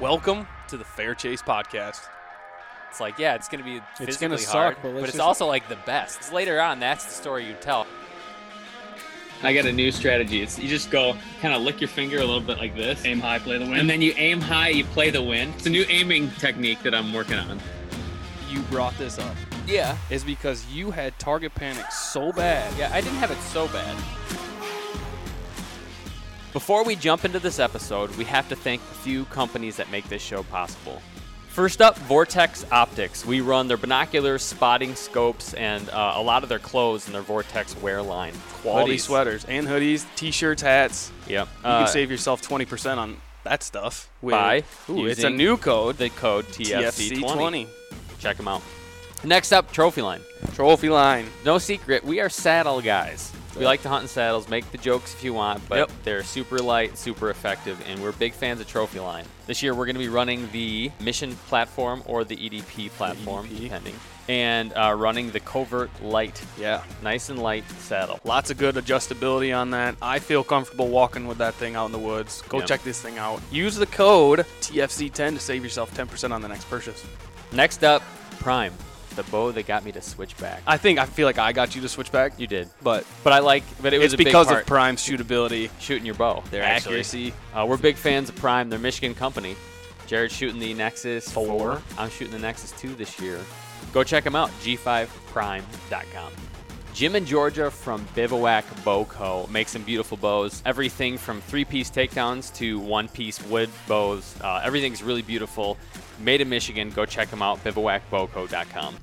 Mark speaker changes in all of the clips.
Speaker 1: Welcome to the Fair Chase podcast. It's like, yeah, it's going to be physically
Speaker 2: It's gonna suck,
Speaker 1: hard,
Speaker 2: but let's
Speaker 1: it's
Speaker 2: just-
Speaker 1: also like the best. It's later on, that's the story you tell.
Speaker 3: I got a new strategy. It's you just go kind of lick your finger a little bit like this, aim high, play the wind, and then you aim high, you play the wind. It's a new aiming technique that I'm working on.
Speaker 2: you brought this up
Speaker 1: Yeah.
Speaker 2: is because you had target panic so bad.
Speaker 1: Yeah, I didn't have it so bad.
Speaker 4: Before we jump into this episode, we have to thank a few companies that make this show possible. First up, Vortex Optics. We run their binoculars, spotting scopes, and uh, a lot of their clothes in their Vortex wear line.
Speaker 2: Quality
Speaker 4: Hoodies.
Speaker 2: sweaters and hoodies, t-shirts, hats.
Speaker 4: Yep. Uh,
Speaker 2: You can save yourself 20% on that stuff. With,
Speaker 4: By
Speaker 2: Ooh, it's a
Speaker 4: using
Speaker 2: new code,
Speaker 4: the code TFC20.
Speaker 2: TFC20.
Speaker 4: Check them out. Next up, Trophy Line.
Speaker 2: Trophy line.
Speaker 4: No secret, we are saddle guys. We like to hunt in saddles. Make the jokes if you want, but
Speaker 1: Yep.
Speaker 4: they're super light, super effective, and we're big fans of Trophy Line. This year, we're going to be running the Mission platform or the EDP platform,
Speaker 2: EDP.
Speaker 4: depending, and uh, running the Covert Light,
Speaker 2: Yeah.
Speaker 4: nice and light saddle.
Speaker 2: Lots of good adjustability on that. I feel comfortable walking with that thing out in the woods. Go
Speaker 4: Yeah.
Speaker 2: check this thing out. Use the code TFC10 to save yourself 10% on the next purchase.
Speaker 4: Next up, Prime, the bow that got me to switch back.
Speaker 2: I think I feel like I got you to switch back,
Speaker 4: you did,
Speaker 2: but
Speaker 4: but I like, but it was
Speaker 2: it's
Speaker 4: a big
Speaker 2: because
Speaker 4: part-
Speaker 2: of prime shootability,
Speaker 4: shooting your bow.
Speaker 2: their
Speaker 4: actually.
Speaker 2: accuracy.
Speaker 4: Uh, we're big fans of Prime. They're Michigan company. Jared's shooting the Nexus 4. I'm shooting the Nexus 2 this year. Go check them out, g5prime.com. Jim in Georgia from Bivouac Bow Co. makes some beautiful bows. Everything from three piece takedowns to one piece wood bows. Uh, everything's really beautiful. Made in Michigan. Go check them out, bivouacbowco.com.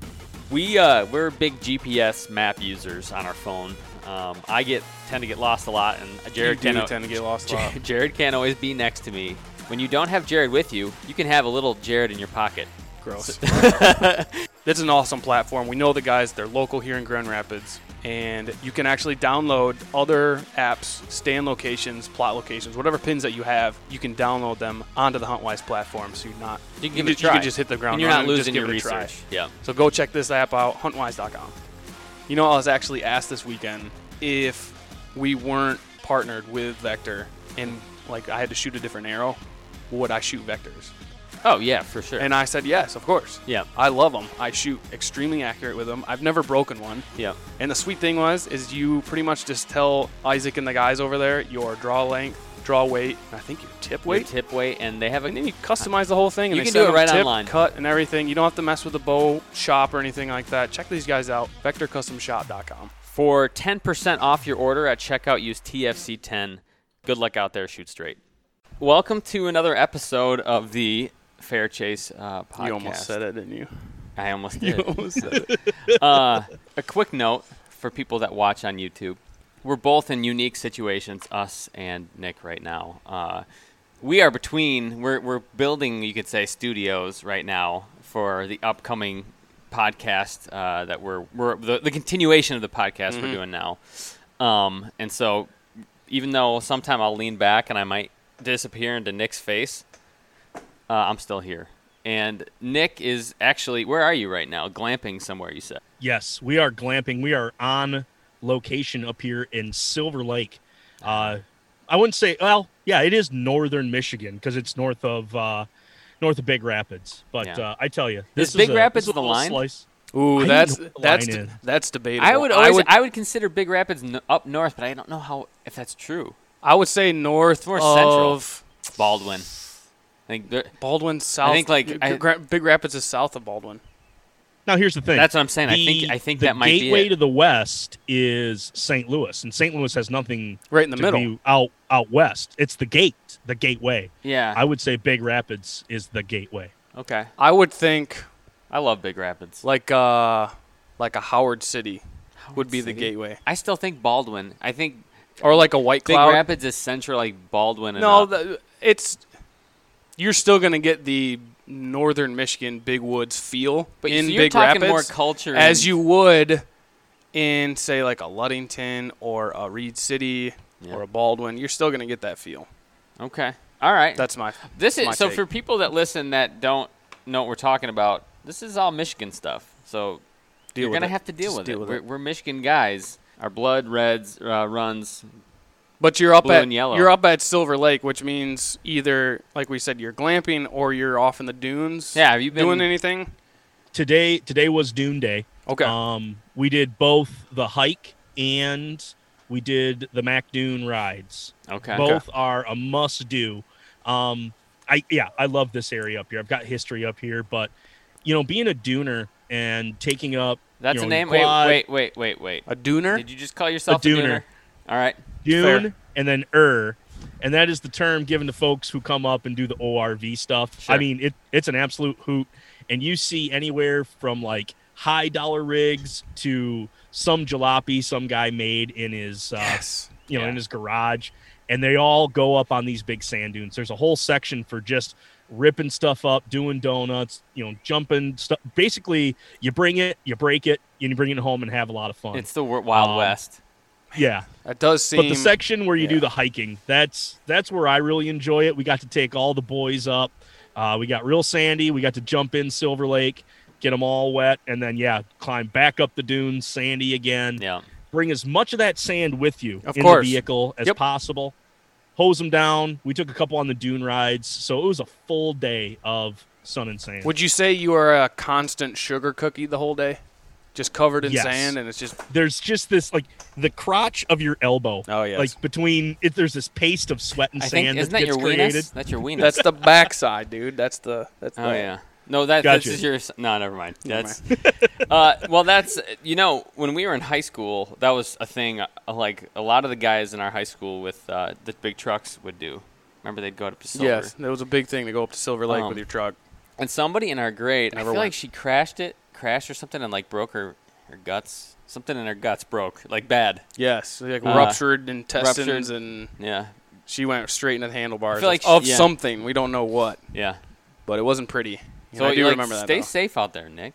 Speaker 4: We uh, we're big GPS map users on our phone. Um, I get tend to get lost a lot, and Jared
Speaker 2: You do
Speaker 4: can't-
Speaker 2: tend to get lost a lot.
Speaker 4: Jared, Jared can't always be next to me. When you don't have Jared with you, you can have a little Jared in your pocket.
Speaker 2: Gross. That's an awesome platform. We know the guys, they're local here in Grand Rapids. And you can actually download other apps, stand locations, plot locations, whatever pins that you have, you can download them onto the HuntWise platform. So you're not,
Speaker 4: You can give
Speaker 2: ju-
Speaker 4: it a try.
Speaker 2: You can just hit the ground
Speaker 4: And you're
Speaker 2: running,
Speaker 4: not losing
Speaker 2: just give
Speaker 4: your
Speaker 2: it a try.
Speaker 4: research. Yeah.
Speaker 2: So go check this app out, huntwise.com. You know, I was actually asked this weekend if we weren't partnered with Vector and like I had to shoot a different arrow, would I shoot Vectors?
Speaker 4: Oh yeah, for sure.
Speaker 2: And I said, yes, of course.
Speaker 4: Yeah.
Speaker 2: I love them. I shoot extremely accurate with them. I've never broken one.
Speaker 4: yeah.
Speaker 2: And the sweet thing was, is you pretty much just tell Isaac and the guys over there your draw length, draw weight, and I think your tip
Speaker 4: Your
Speaker 2: weight.
Speaker 4: tip weight, and they have a
Speaker 2: And then you customize the whole thing. And
Speaker 4: You
Speaker 2: they
Speaker 4: can
Speaker 2: set
Speaker 4: do it
Speaker 2: up
Speaker 4: right
Speaker 2: tip,
Speaker 4: online.
Speaker 2: Cut and everything. You don't have to mess with the bow shop or anything like that. Check these guys out. VectorCustomShop.com.
Speaker 4: for 10% off your order at checkout. Use TFC10. Good luck out there. Shoot straight. Welcome to another episode of the Fair Chase uh, podcast.
Speaker 2: You almost said it, didn't you?
Speaker 4: I almost did.
Speaker 2: almost said it.
Speaker 4: uh, a quick note for people that watch on YouTube. We're both in unique situations, us and Nick, right now. Uh, we are between, we're, we're building, you could say, studios right now for the upcoming podcast uh, that we're, we're the, the continuation of the podcast
Speaker 2: Mm-hmm.
Speaker 4: we're doing now. Um, and so, even though sometime I'll lean back and I might disappear into Nick's face, uh, I'm still here. And Nick is actually, where are you right now? Glamping somewhere, you said.
Speaker 5: Yes, we are glamping. We are on location up here in Silver Lake. Uh, I wouldn't say. Well, yeah, it is northern Michigan because it's north of uh, north of Big Rapids. But
Speaker 4: Yeah.
Speaker 5: uh, I tell you, this
Speaker 4: Big
Speaker 5: is a-
Speaker 4: Rapids
Speaker 5: this is a
Speaker 4: the
Speaker 5: little
Speaker 4: line?
Speaker 5: Slice.
Speaker 2: Ooh,
Speaker 5: I
Speaker 2: that's
Speaker 5: didn't know
Speaker 2: that's
Speaker 5: what
Speaker 2: de-
Speaker 5: line is.
Speaker 2: that's debatable.
Speaker 4: I would always, I
Speaker 2: I
Speaker 4: would, consider Big Rapids n- up north, but I don't know how if that's true.
Speaker 2: I would say north
Speaker 4: More central.
Speaker 2: of
Speaker 4: Baldwin, I think there-
Speaker 2: Baldwin south.
Speaker 4: think, like,
Speaker 2: Big,
Speaker 4: I-
Speaker 2: Ra- Big Rapids is south of Baldwin.
Speaker 5: Now here's the thing.
Speaker 4: that's what I'm saying. I
Speaker 5: The-
Speaker 4: think I think
Speaker 5: the
Speaker 4: that might
Speaker 5: gateway
Speaker 4: be it.
Speaker 5: to the west is St. Louis, and St. Louis has nothing
Speaker 2: Right in the
Speaker 5: to
Speaker 2: middle.
Speaker 5: do out out west. It's the gate, the gateway.
Speaker 4: yeah.
Speaker 5: I would say Big Rapids is the gateway.
Speaker 4: okay.
Speaker 2: I would think
Speaker 4: I love Big Rapids.
Speaker 2: like uh like a Howard City would be the
Speaker 4: City?
Speaker 2: gateway,
Speaker 4: I still think Baldwin. I think
Speaker 2: or like a White
Speaker 4: Big
Speaker 2: Cloud.
Speaker 4: Rapids is central, like Baldwin. And
Speaker 2: no,
Speaker 4: up.
Speaker 2: the, it's you're still gonna get the northern Michigan big woods feel
Speaker 4: But
Speaker 2: in
Speaker 4: so you're
Speaker 2: Big
Speaker 4: talking
Speaker 2: Rapids
Speaker 4: more culture
Speaker 2: as
Speaker 4: and-
Speaker 2: you would in say like a Ludington or a Reed City
Speaker 4: Yeah.
Speaker 2: or a Baldwin. You're still gonna get that feel.
Speaker 4: okay. All right.
Speaker 2: That's my
Speaker 4: This
Speaker 2: my
Speaker 4: is so
Speaker 2: take.
Speaker 4: for people that listen that don't know what we're talking about. This is all Michigan stuff. So
Speaker 2: Deal
Speaker 4: you're
Speaker 2: with
Speaker 4: gonna
Speaker 2: it.
Speaker 4: have to deal
Speaker 2: Just
Speaker 4: with
Speaker 2: deal
Speaker 4: it.
Speaker 2: with
Speaker 4: we're,
Speaker 2: it.
Speaker 4: we're Michigan guys. Our blood reds uh, runs
Speaker 2: But you're up
Speaker 4: Blue
Speaker 2: at
Speaker 4: and yellow.
Speaker 2: you're up at Silver Lake, which means either like we said, you're glamping or you're off in the dunes.
Speaker 4: Yeah, have you been-
Speaker 2: doing anything?
Speaker 5: Today today was Dune Day.
Speaker 2: Okay.
Speaker 5: Um, we did both the hike and we did the Mac Dune rides.
Speaker 4: Okay.
Speaker 5: Both are a must do. Um, I yeah, I love this area up here. I've got history up here, but you know, being a duner and taking up
Speaker 4: That's
Speaker 5: you
Speaker 4: a
Speaker 5: know,
Speaker 4: name.
Speaker 5: quad,
Speaker 4: Wait, wait, wait, wait,
Speaker 2: a dooner.
Speaker 4: wait. Did you just call yourself
Speaker 5: A
Speaker 4: a
Speaker 5: dooner.
Speaker 4: dooner? All right.
Speaker 5: Dune
Speaker 2: Fair.
Speaker 5: and then er, and that is the term given to folks who come up and do the ORV stuff. I
Speaker 4: Sure.
Speaker 5: mean, it it's an absolute hoot, and you see anywhere from like high dollar rigs to some jalopy some guy made in his uh,
Speaker 2: yes.
Speaker 5: you know
Speaker 4: Yeah.
Speaker 5: in his garage, and they all go up on these big sand dunes. There's a whole section for just ripping stuff up, doing donuts, you know, jumping stuff. Basically, you bring it, you break it, and you bring it home and have a lot of fun.
Speaker 4: It's the wor- Wild
Speaker 5: Um,
Speaker 4: West.
Speaker 5: yeah.
Speaker 2: That does seem.
Speaker 5: But the section where you do
Speaker 2: yeah.
Speaker 5: the hiking, that's that's where I really enjoy it. We got to take all the boys up. Uh, we got real sandy. We got to jump in Silver Lake, get them all wet, and then yeah, climb back up the dunes, sandy again.
Speaker 4: Yeah.
Speaker 5: Bring as much of that sand with you
Speaker 2: Of
Speaker 5: in
Speaker 2: course.
Speaker 5: the vehicle as
Speaker 2: Yep.
Speaker 5: possible. Hose them down. We took a couple on the dune rides, so it was a full day of sun and sand.
Speaker 2: would you say you are a constant sugar cookie the whole day, just covered in
Speaker 5: Yes.
Speaker 2: sand, and it's just
Speaker 5: there's just this like the crotch of your elbow.
Speaker 2: Oh, yes.
Speaker 5: Like between it, there's this paste of sweat and
Speaker 4: I
Speaker 5: sand
Speaker 4: think isn't
Speaker 5: that
Speaker 4: that
Speaker 5: gets
Speaker 4: your
Speaker 5: created.
Speaker 4: weenus? That's your weenus.
Speaker 2: that's the backside, dude. That's the that's
Speaker 4: Oh
Speaker 2: the,
Speaker 4: yeah. No, that
Speaker 5: Gotcha.
Speaker 4: this is your. s- No, never mind.
Speaker 2: Never
Speaker 4: That's. uh, well, that's you know when we were in high school, that was a thing. Uh, like a lot of the guys in our high school with uh, the big trucks would do. Remember, they'd go up to Silver.
Speaker 2: Yes, that was a big thing to go up to Silver Lake
Speaker 4: Um,
Speaker 2: with your truck.
Speaker 4: And somebody in our grade, I
Speaker 2: Never
Speaker 4: feel
Speaker 2: went.
Speaker 4: like she crashed it, crashed or something, and like broke her, her guts. Something in her guts broke, like bad.
Speaker 2: Yes, like
Speaker 4: Uh,
Speaker 2: ruptured intestines,
Speaker 4: ruptured-
Speaker 2: and
Speaker 4: Yeah,
Speaker 2: she went straight into the handlebars
Speaker 4: I feel like
Speaker 2: of
Speaker 4: she- yeah.
Speaker 2: something. We don't know what,
Speaker 4: yeah.
Speaker 2: but it wasn't pretty. And
Speaker 4: So
Speaker 2: I do
Speaker 4: like,
Speaker 2: remember that.
Speaker 4: Stay
Speaker 2: though.
Speaker 4: safe out there, Nick.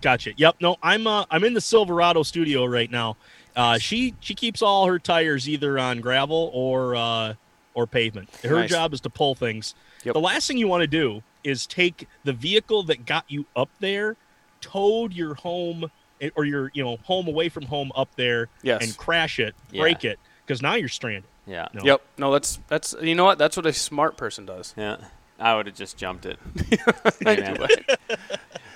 Speaker 5: Gotcha. Yep. No, I'm uh, I'm in the Silverado studio right now. Uh, she she keeps all her tires either on gravel or uh, or pavement. Her
Speaker 2: Nice.
Speaker 5: job is to pull things.
Speaker 2: Yep.
Speaker 5: The last thing you want to do is take the vehicle that got you up there, towed your home eh, or your you know home away from home up there,
Speaker 2: Yes.
Speaker 5: and crash it,
Speaker 4: Yeah.
Speaker 5: break it, because now you're stranded.
Speaker 4: Yeah,
Speaker 5: No.
Speaker 2: Yep. No, that's that's you know what? That's what a smart person does.
Speaker 4: yeah. I would have just jumped it. Hey, man.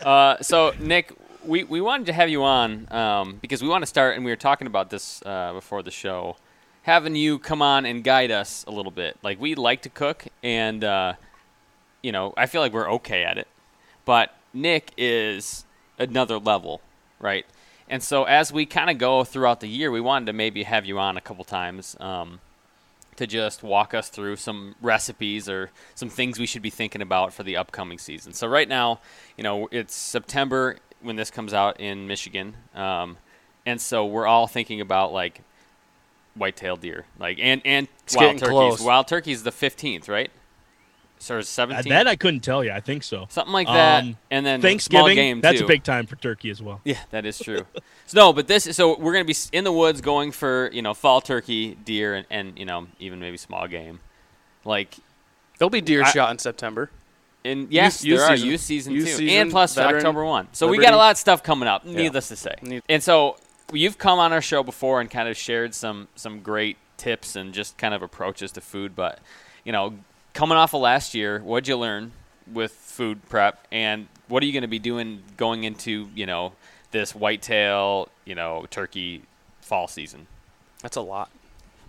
Speaker 4: uh, so Nick, we, we wanted to have you on um, because we want to start, and we were talking about this uh, before the show, having you come on and guide us a little bit. Like we like to cook, and uh, you know, I feel like we're okay at it, but Nick is another level, right? And so as we kind of go throughout the year, we wanted to maybe have you on a couple times. Um, to just walk us through some recipes or some things we should be thinking about for the upcoming season. So right now, you know, it's September when this comes out in Michigan, um, and so we're all thinking about like white-tailed deer, like and and wild
Speaker 2: getting
Speaker 4: turkeys.
Speaker 2: close.
Speaker 4: Wild turkeys the fifteenth, right? So
Speaker 5: Uh,
Speaker 4: seventeenth,
Speaker 5: that I couldn't tell you. I think so.
Speaker 4: something like that,
Speaker 5: Um,
Speaker 4: and then small
Speaker 5: Thanksgiving.
Speaker 4: game
Speaker 5: that's
Speaker 4: too.
Speaker 5: a big time for turkey as well.
Speaker 4: Yeah, that is true. so, no, but this so we're gonna be s- in the woods going for you know fall turkey, deer, and, and you know even maybe small game, like
Speaker 2: There'll be deer
Speaker 4: I-
Speaker 2: shot in September.
Speaker 4: and yes,
Speaker 2: youth
Speaker 4: there are
Speaker 2: season.
Speaker 4: youth season
Speaker 2: Youth
Speaker 4: too,
Speaker 2: season,
Speaker 4: and plus
Speaker 2: veteran,
Speaker 4: October one. So we got
Speaker 2: Liberty.
Speaker 4: a lot of stuff coming up. Needless to say,
Speaker 2: Need-
Speaker 4: and so you've come on our show before and kind of shared some some great tips and just kind of approaches to food. But you know, coming off of last year, what'd you learn with food prep, and what are you going to be doing going into you know this whitetail, you know, turkey fall season?
Speaker 2: That's a lot.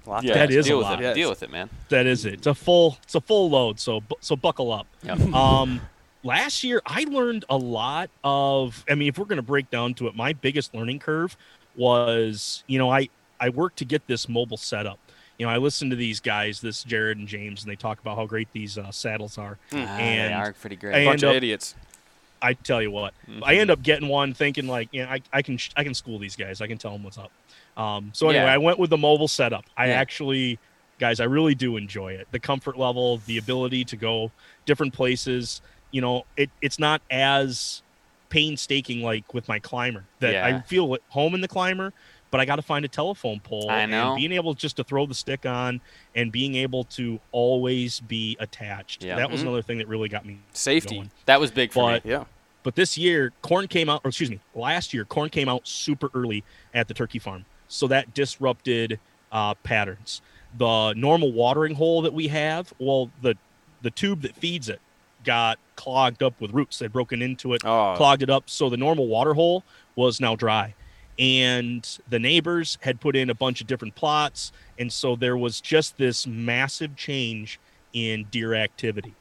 Speaker 2: Lots
Speaker 5: That
Speaker 2: of
Speaker 5: is
Speaker 4: deal
Speaker 5: a
Speaker 4: with
Speaker 5: lot.
Speaker 4: it.
Speaker 2: Yes.
Speaker 4: Deal with it, man.
Speaker 5: That is it. It's a full it's a full load. So bu- so buckle up.
Speaker 4: Yep.
Speaker 5: Um, last year I learned a lot of. I mean, if we're going to break down to it, my biggest learning curve was you know I I worked to get this mobile setup. You know, I listened to these guys, this Jared and James, and they talk about how great these uh, saddles are.
Speaker 4: Ah,
Speaker 5: And-
Speaker 4: they are pretty great.
Speaker 5: and-
Speaker 2: bunch of
Speaker 5: up-
Speaker 2: idiots.
Speaker 5: I tell you what, I
Speaker 4: Mm-hmm.
Speaker 5: end up getting one, thinking like, yeah, I, I can sh- I can school these guys. I can tell them what's up. Um, so anyway,
Speaker 4: Yeah.
Speaker 5: I went with the mobile setup. I
Speaker 4: Yeah.
Speaker 5: actually, guys, I really do enjoy it. The comfort level, the ability to go different places. You know, it it's not as painstaking like with my climber that I
Speaker 4: Yeah.
Speaker 5: feel at home in the climber, but I got to find a telephone pole.
Speaker 4: I know.
Speaker 5: And being able just to throw the stick on and being able to always be attached.
Speaker 4: Yeah. Mm-hmm.
Speaker 5: That was
Speaker 2: Mhm.
Speaker 5: another thing that really got me
Speaker 2: Safety.
Speaker 5: Going.
Speaker 4: that was big for
Speaker 5: But-
Speaker 4: me.
Speaker 2: Yeah.
Speaker 5: but this year, corn came out, or excuse me, last year, corn came out super early at the turkey farm. So that disrupted uh, patterns. the normal watering hole that we have, well, the the tube that feeds it got clogged up with roots. They'd broken into it,
Speaker 2: Uh,
Speaker 1: Oh.
Speaker 5: clogged it up, so the normal water hole was now dry. And the neighbors had put in a bunch of different plots, and so there was just this massive change in deer activity.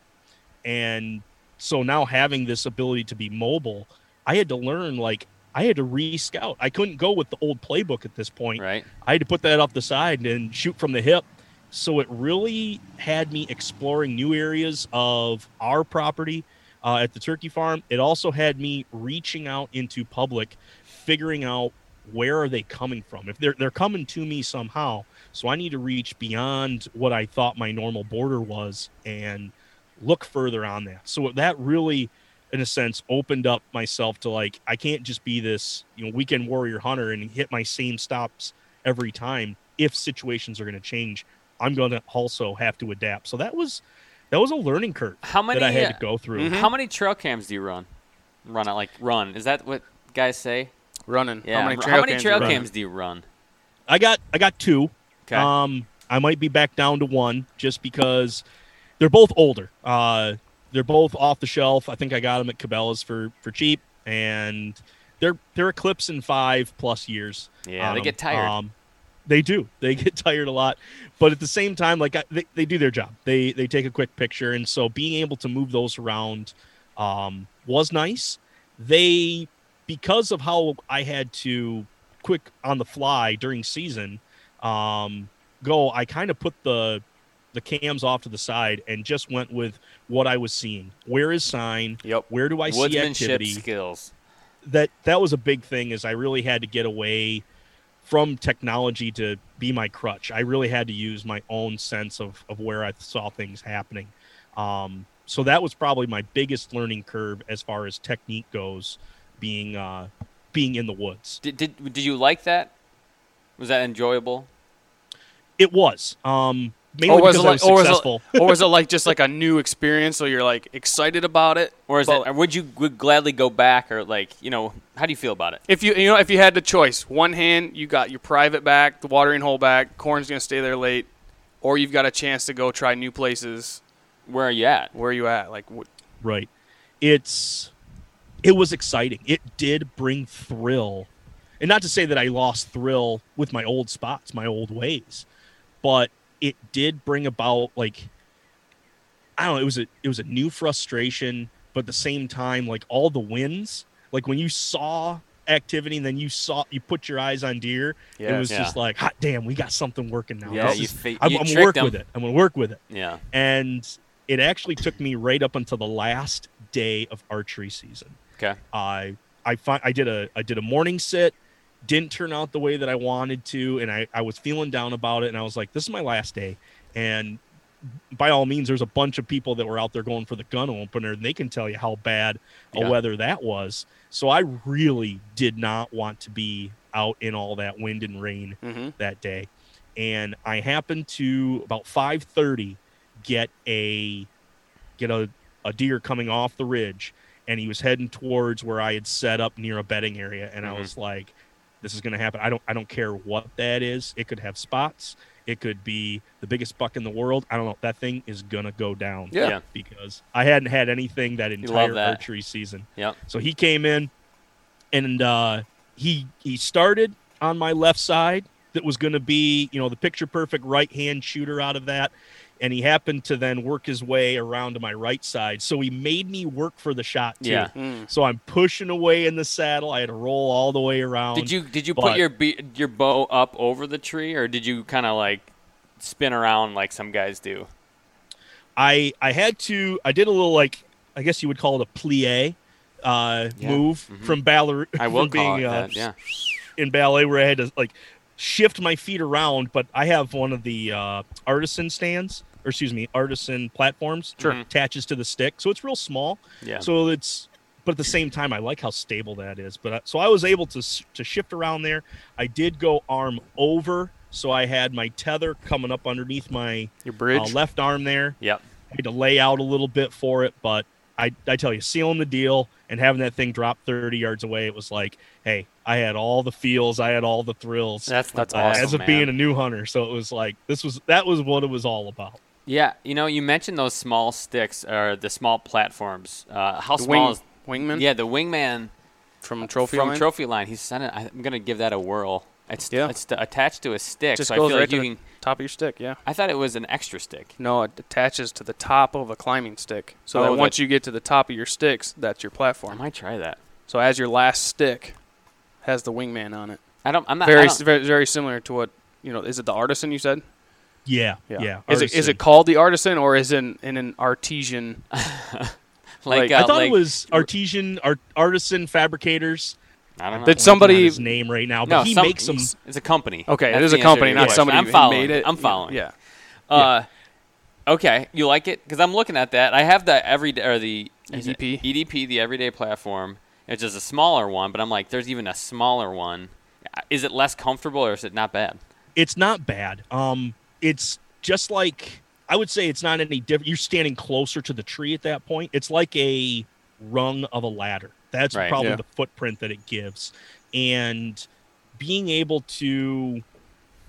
Speaker 5: And so now having this ability to be mobile, I had to learn like I had to re-scout. I couldn't go with the old playbook at this point.
Speaker 4: right?
Speaker 5: I had to put that off the side and shoot from the hip. So it really had me exploring new areas of our property uh, at the turkey farm. It also had me reaching out into public, figuring out where are they coming from. If they're they're coming to me somehow, so I need to reach beyond what I thought my normal border was and look further on that. So that really in a sense opened up myself to like I can't just be this, you know, weekend warrior hunter and hit my same stops every time if situations are going to change. I'm going to also have to adapt. So that was that was a learning curve
Speaker 4: How many?
Speaker 5: that I had
Speaker 4: uh,
Speaker 5: to go through.
Speaker 4: How many trail cams do you run? Run out like run. Is that what guys say?
Speaker 2: Running.
Speaker 4: Yeah.
Speaker 2: How many
Speaker 4: r-
Speaker 2: trail, cams you
Speaker 4: trail
Speaker 2: run?
Speaker 4: cams do you run?
Speaker 5: I got I got two.
Speaker 4: 'Kay.
Speaker 5: Um, I might be back down to one just because they're both older. Uh, they're both off the shelf. I think I got them at Cabela's for for cheap, and they're they're eclipsing five plus years.
Speaker 4: Yeah,
Speaker 5: on
Speaker 4: they
Speaker 5: 'em.
Speaker 4: get tired.
Speaker 5: Um, they do. They get tired a lot, but at the same time, like I, they, they do their job. They they take a quick picture, and so being able to move those around um, was nice. They because of how I had to quick on the fly during season um, go, I kind of put the the cams off to the side and just went with what I was seeing. Where is sign?
Speaker 1: Yep.
Speaker 5: Where do I see
Speaker 4: Woodsmanship
Speaker 5: activity?
Speaker 4: skills.
Speaker 5: that that was a big thing is I really had to get away from technology to be my crutch. I really had to use my own sense of of where I saw things happening. Um, so that was probably my biggest learning curve as far as technique goes, being uh, being in the woods.
Speaker 4: Did, did did you like that? Was that enjoyable?
Speaker 5: It was um, mainly
Speaker 2: Or was,
Speaker 5: because
Speaker 2: it
Speaker 5: I
Speaker 2: like,
Speaker 5: was
Speaker 2: or, was
Speaker 5: successful.
Speaker 2: it, or was it like just like a new experience? So you're like excited about it,
Speaker 4: Or is
Speaker 2: but-
Speaker 4: it? Or would you would gladly go back? Or like you know, how do you feel about it?
Speaker 2: If you you know if you had the choice, one hand you got your private back, the watering hole back, corn's gonna stay there late, or you've got a chance to go try new places.
Speaker 4: Where are you at?
Speaker 2: Where are you at? Like wh-
Speaker 5: Right. It's it was exciting. It did bring thrill. And not to say that I lost thrill with my old spots, my old ways, but it did bring about like I don't know, it was a it was a new frustration, but at the same time like all the wins, like when you saw activity and then you saw you put your eyes on deer, it
Speaker 1: Yes.
Speaker 5: was
Speaker 4: Yeah.
Speaker 5: just like hot damn, we got something working now.
Speaker 4: Yeah,
Speaker 5: This
Speaker 4: you
Speaker 5: is-
Speaker 4: fi-
Speaker 5: I'm,
Speaker 4: you
Speaker 5: I'm gonna
Speaker 4: tricked
Speaker 5: work
Speaker 4: 'em.
Speaker 5: with it. I'm gonna work with it
Speaker 4: Yeah.
Speaker 5: and it actually took me right up until the last day of archery season.
Speaker 4: Okay.
Speaker 5: I I fi- I did a I did a morning sit, didn't turn out the way that I wanted to, and I I was feeling down about it, and I was like, this is my last day, and by all means, there's a bunch of people that were out there going for the gun opener, and they can tell you how bad a
Speaker 4: Yeah.
Speaker 5: weather that was. So I really did not want to be out in all that wind and rain
Speaker 1: Mhm.
Speaker 2: mm-hmm.
Speaker 5: that day, and I happened to about five thirty get a get a, a deer coming off the ridge and he was heading towards where I had set up near a bedding area and I was like this is going to happen. I don't I don't care what that is. It could have spots. It could be the biggest buck in the world. I don't know. That thing is going to go down
Speaker 1: Yeah.
Speaker 4: Yeah.
Speaker 5: because I hadn't had anything that entire
Speaker 4: that.
Speaker 5: archery season.
Speaker 4: Yep.
Speaker 5: So he came in and uh, he he started on my left side that was going to be, you know, the picture perfect right hand shooter out of that and he happened to then work his way around to my right side. So he made me work for the shot too.
Speaker 4: Yeah.
Speaker 5: So I'm pushing away in the saddle. I had to roll all the way around.
Speaker 4: Did you did you
Speaker 5: Um, but-
Speaker 4: put your be- your bow up over the tree, or did you kind of like spin around like some guys do?
Speaker 5: I I had to I did a little like I guess you would call it a plie uh
Speaker 4: Yeah. Mm-hmm.
Speaker 5: move from ballet
Speaker 4: I will
Speaker 5: from
Speaker 4: call
Speaker 5: being
Speaker 4: it
Speaker 5: uh,
Speaker 4: that. Yeah.
Speaker 5: in ballet where I had to like shift my feet around, but I have one of the uh artisan stands or excuse me, artisan platforms
Speaker 4: Sure.
Speaker 5: attaches to the stick. So it's real small.
Speaker 4: Yeah.
Speaker 5: So it's, but at the same time, I like how stable that is. But I, so I was able to s- to shift around there. I did go arm over, so I had my tether coming up underneath my
Speaker 2: your
Speaker 5: uh,
Speaker 2: bridge.
Speaker 5: left arm there.
Speaker 4: Yep.
Speaker 5: I had to lay out a little bit for it, but I, I tell you, sealing the deal and having that thing drop 30 yards away, it was like, hey, I had all the feels, I had all the thrills.
Speaker 4: That's that's
Speaker 5: uh,
Speaker 4: awesome.
Speaker 5: as of
Speaker 4: man.
Speaker 5: being a new hunter. So it was like this was that was what it was all about.
Speaker 4: yeah, you know, you mentioned those small sticks or the small platforms. Uh, how
Speaker 2: The
Speaker 4: small
Speaker 2: wing,
Speaker 4: is?
Speaker 2: wingman
Speaker 4: Yeah, the wingman
Speaker 2: from trophy
Speaker 4: from
Speaker 2: line?
Speaker 4: trophy line. He's sending. I'm gonna give that a whirl. It's
Speaker 2: Yeah.
Speaker 4: it's attached to a stick,
Speaker 2: just
Speaker 4: so I
Speaker 2: goes
Speaker 4: feel
Speaker 2: right
Speaker 4: like
Speaker 2: to
Speaker 4: you
Speaker 2: the
Speaker 4: can.
Speaker 2: top of your stick. Yeah.
Speaker 4: I thought it was an extra stick.
Speaker 2: No, it attaches to the top of a climbing stick. So
Speaker 4: Oh,
Speaker 2: that
Speaker 4: that-
Speaker 2: once you get to the top of your sticks, that's your
Speaker 4: I
Speaker 2: platform.
Speaker 4: might try that.
Speaker 2: So as your last stick has the wingman on it.
Speaker 4: I don't. I'm not. I
Speaker 2: Very
Speaker 4: don't-
Speaker 2: very, very similar to what, you know, is it the artisan you said?
Speaker 5: Yeah, yeah.
Speaker 2: Is it, is
Speaker 5: artisan.
Speaker 2: it called the artisan or is it in, in an artesian?
Speaker 4: like,
Speaker 2: like-
Speaker 4: uh,
Speaker 5: I thought
Speaker 4: like-
Speaker 5: it was artesian art, artisan fabricators.
Speaker 4: I don't know.
Speaker 2: Did
Speaker 5: I'm blanking on
Speaker 2: somebody
Speaker 5: his name right now? But he
Speaker 4: some-
Speaker 5: makes them.
Speaker 4: he's- It's a company.
Speaker 2: Okay,
Speaker 4: That's
Speaker 2: it is
Speaker 4: the
Speaker 2: a
Speaker 4: answer to
Speaker 2: company,
Speaker 4: your
Speaker 2: not
Speaker 4: question.
Speaker 2: somebody
Speaker 4: I'm
Speaker 2: who
Speaker 4: following.
Speaker 2: made it.
Speaker 4: I'm
Speaker 2: Yeah,
Speaker 4: following.
Speaker 2: Yeah.
Speaker 4: Uh, okay, you like it because I'm looking at that. I have the everyday or the is it
Speaker 2: EDP?
Speaker 4: EDP, the everyday platform. It's just a smaller one, but I'm like, there's even a smaller one. Uh, Is it less comfortable or is it not bad?
Speaker 5: It's not bad. Um, it's just like I would say it's not any different. You're standing closer to the tree at that point. It's like a rung of a ladder. That's
Speaker 4: Right,
Speaker 5: probably
Speaker 2: yeah.
Speaker 5: the footprint that it gives, and being able to.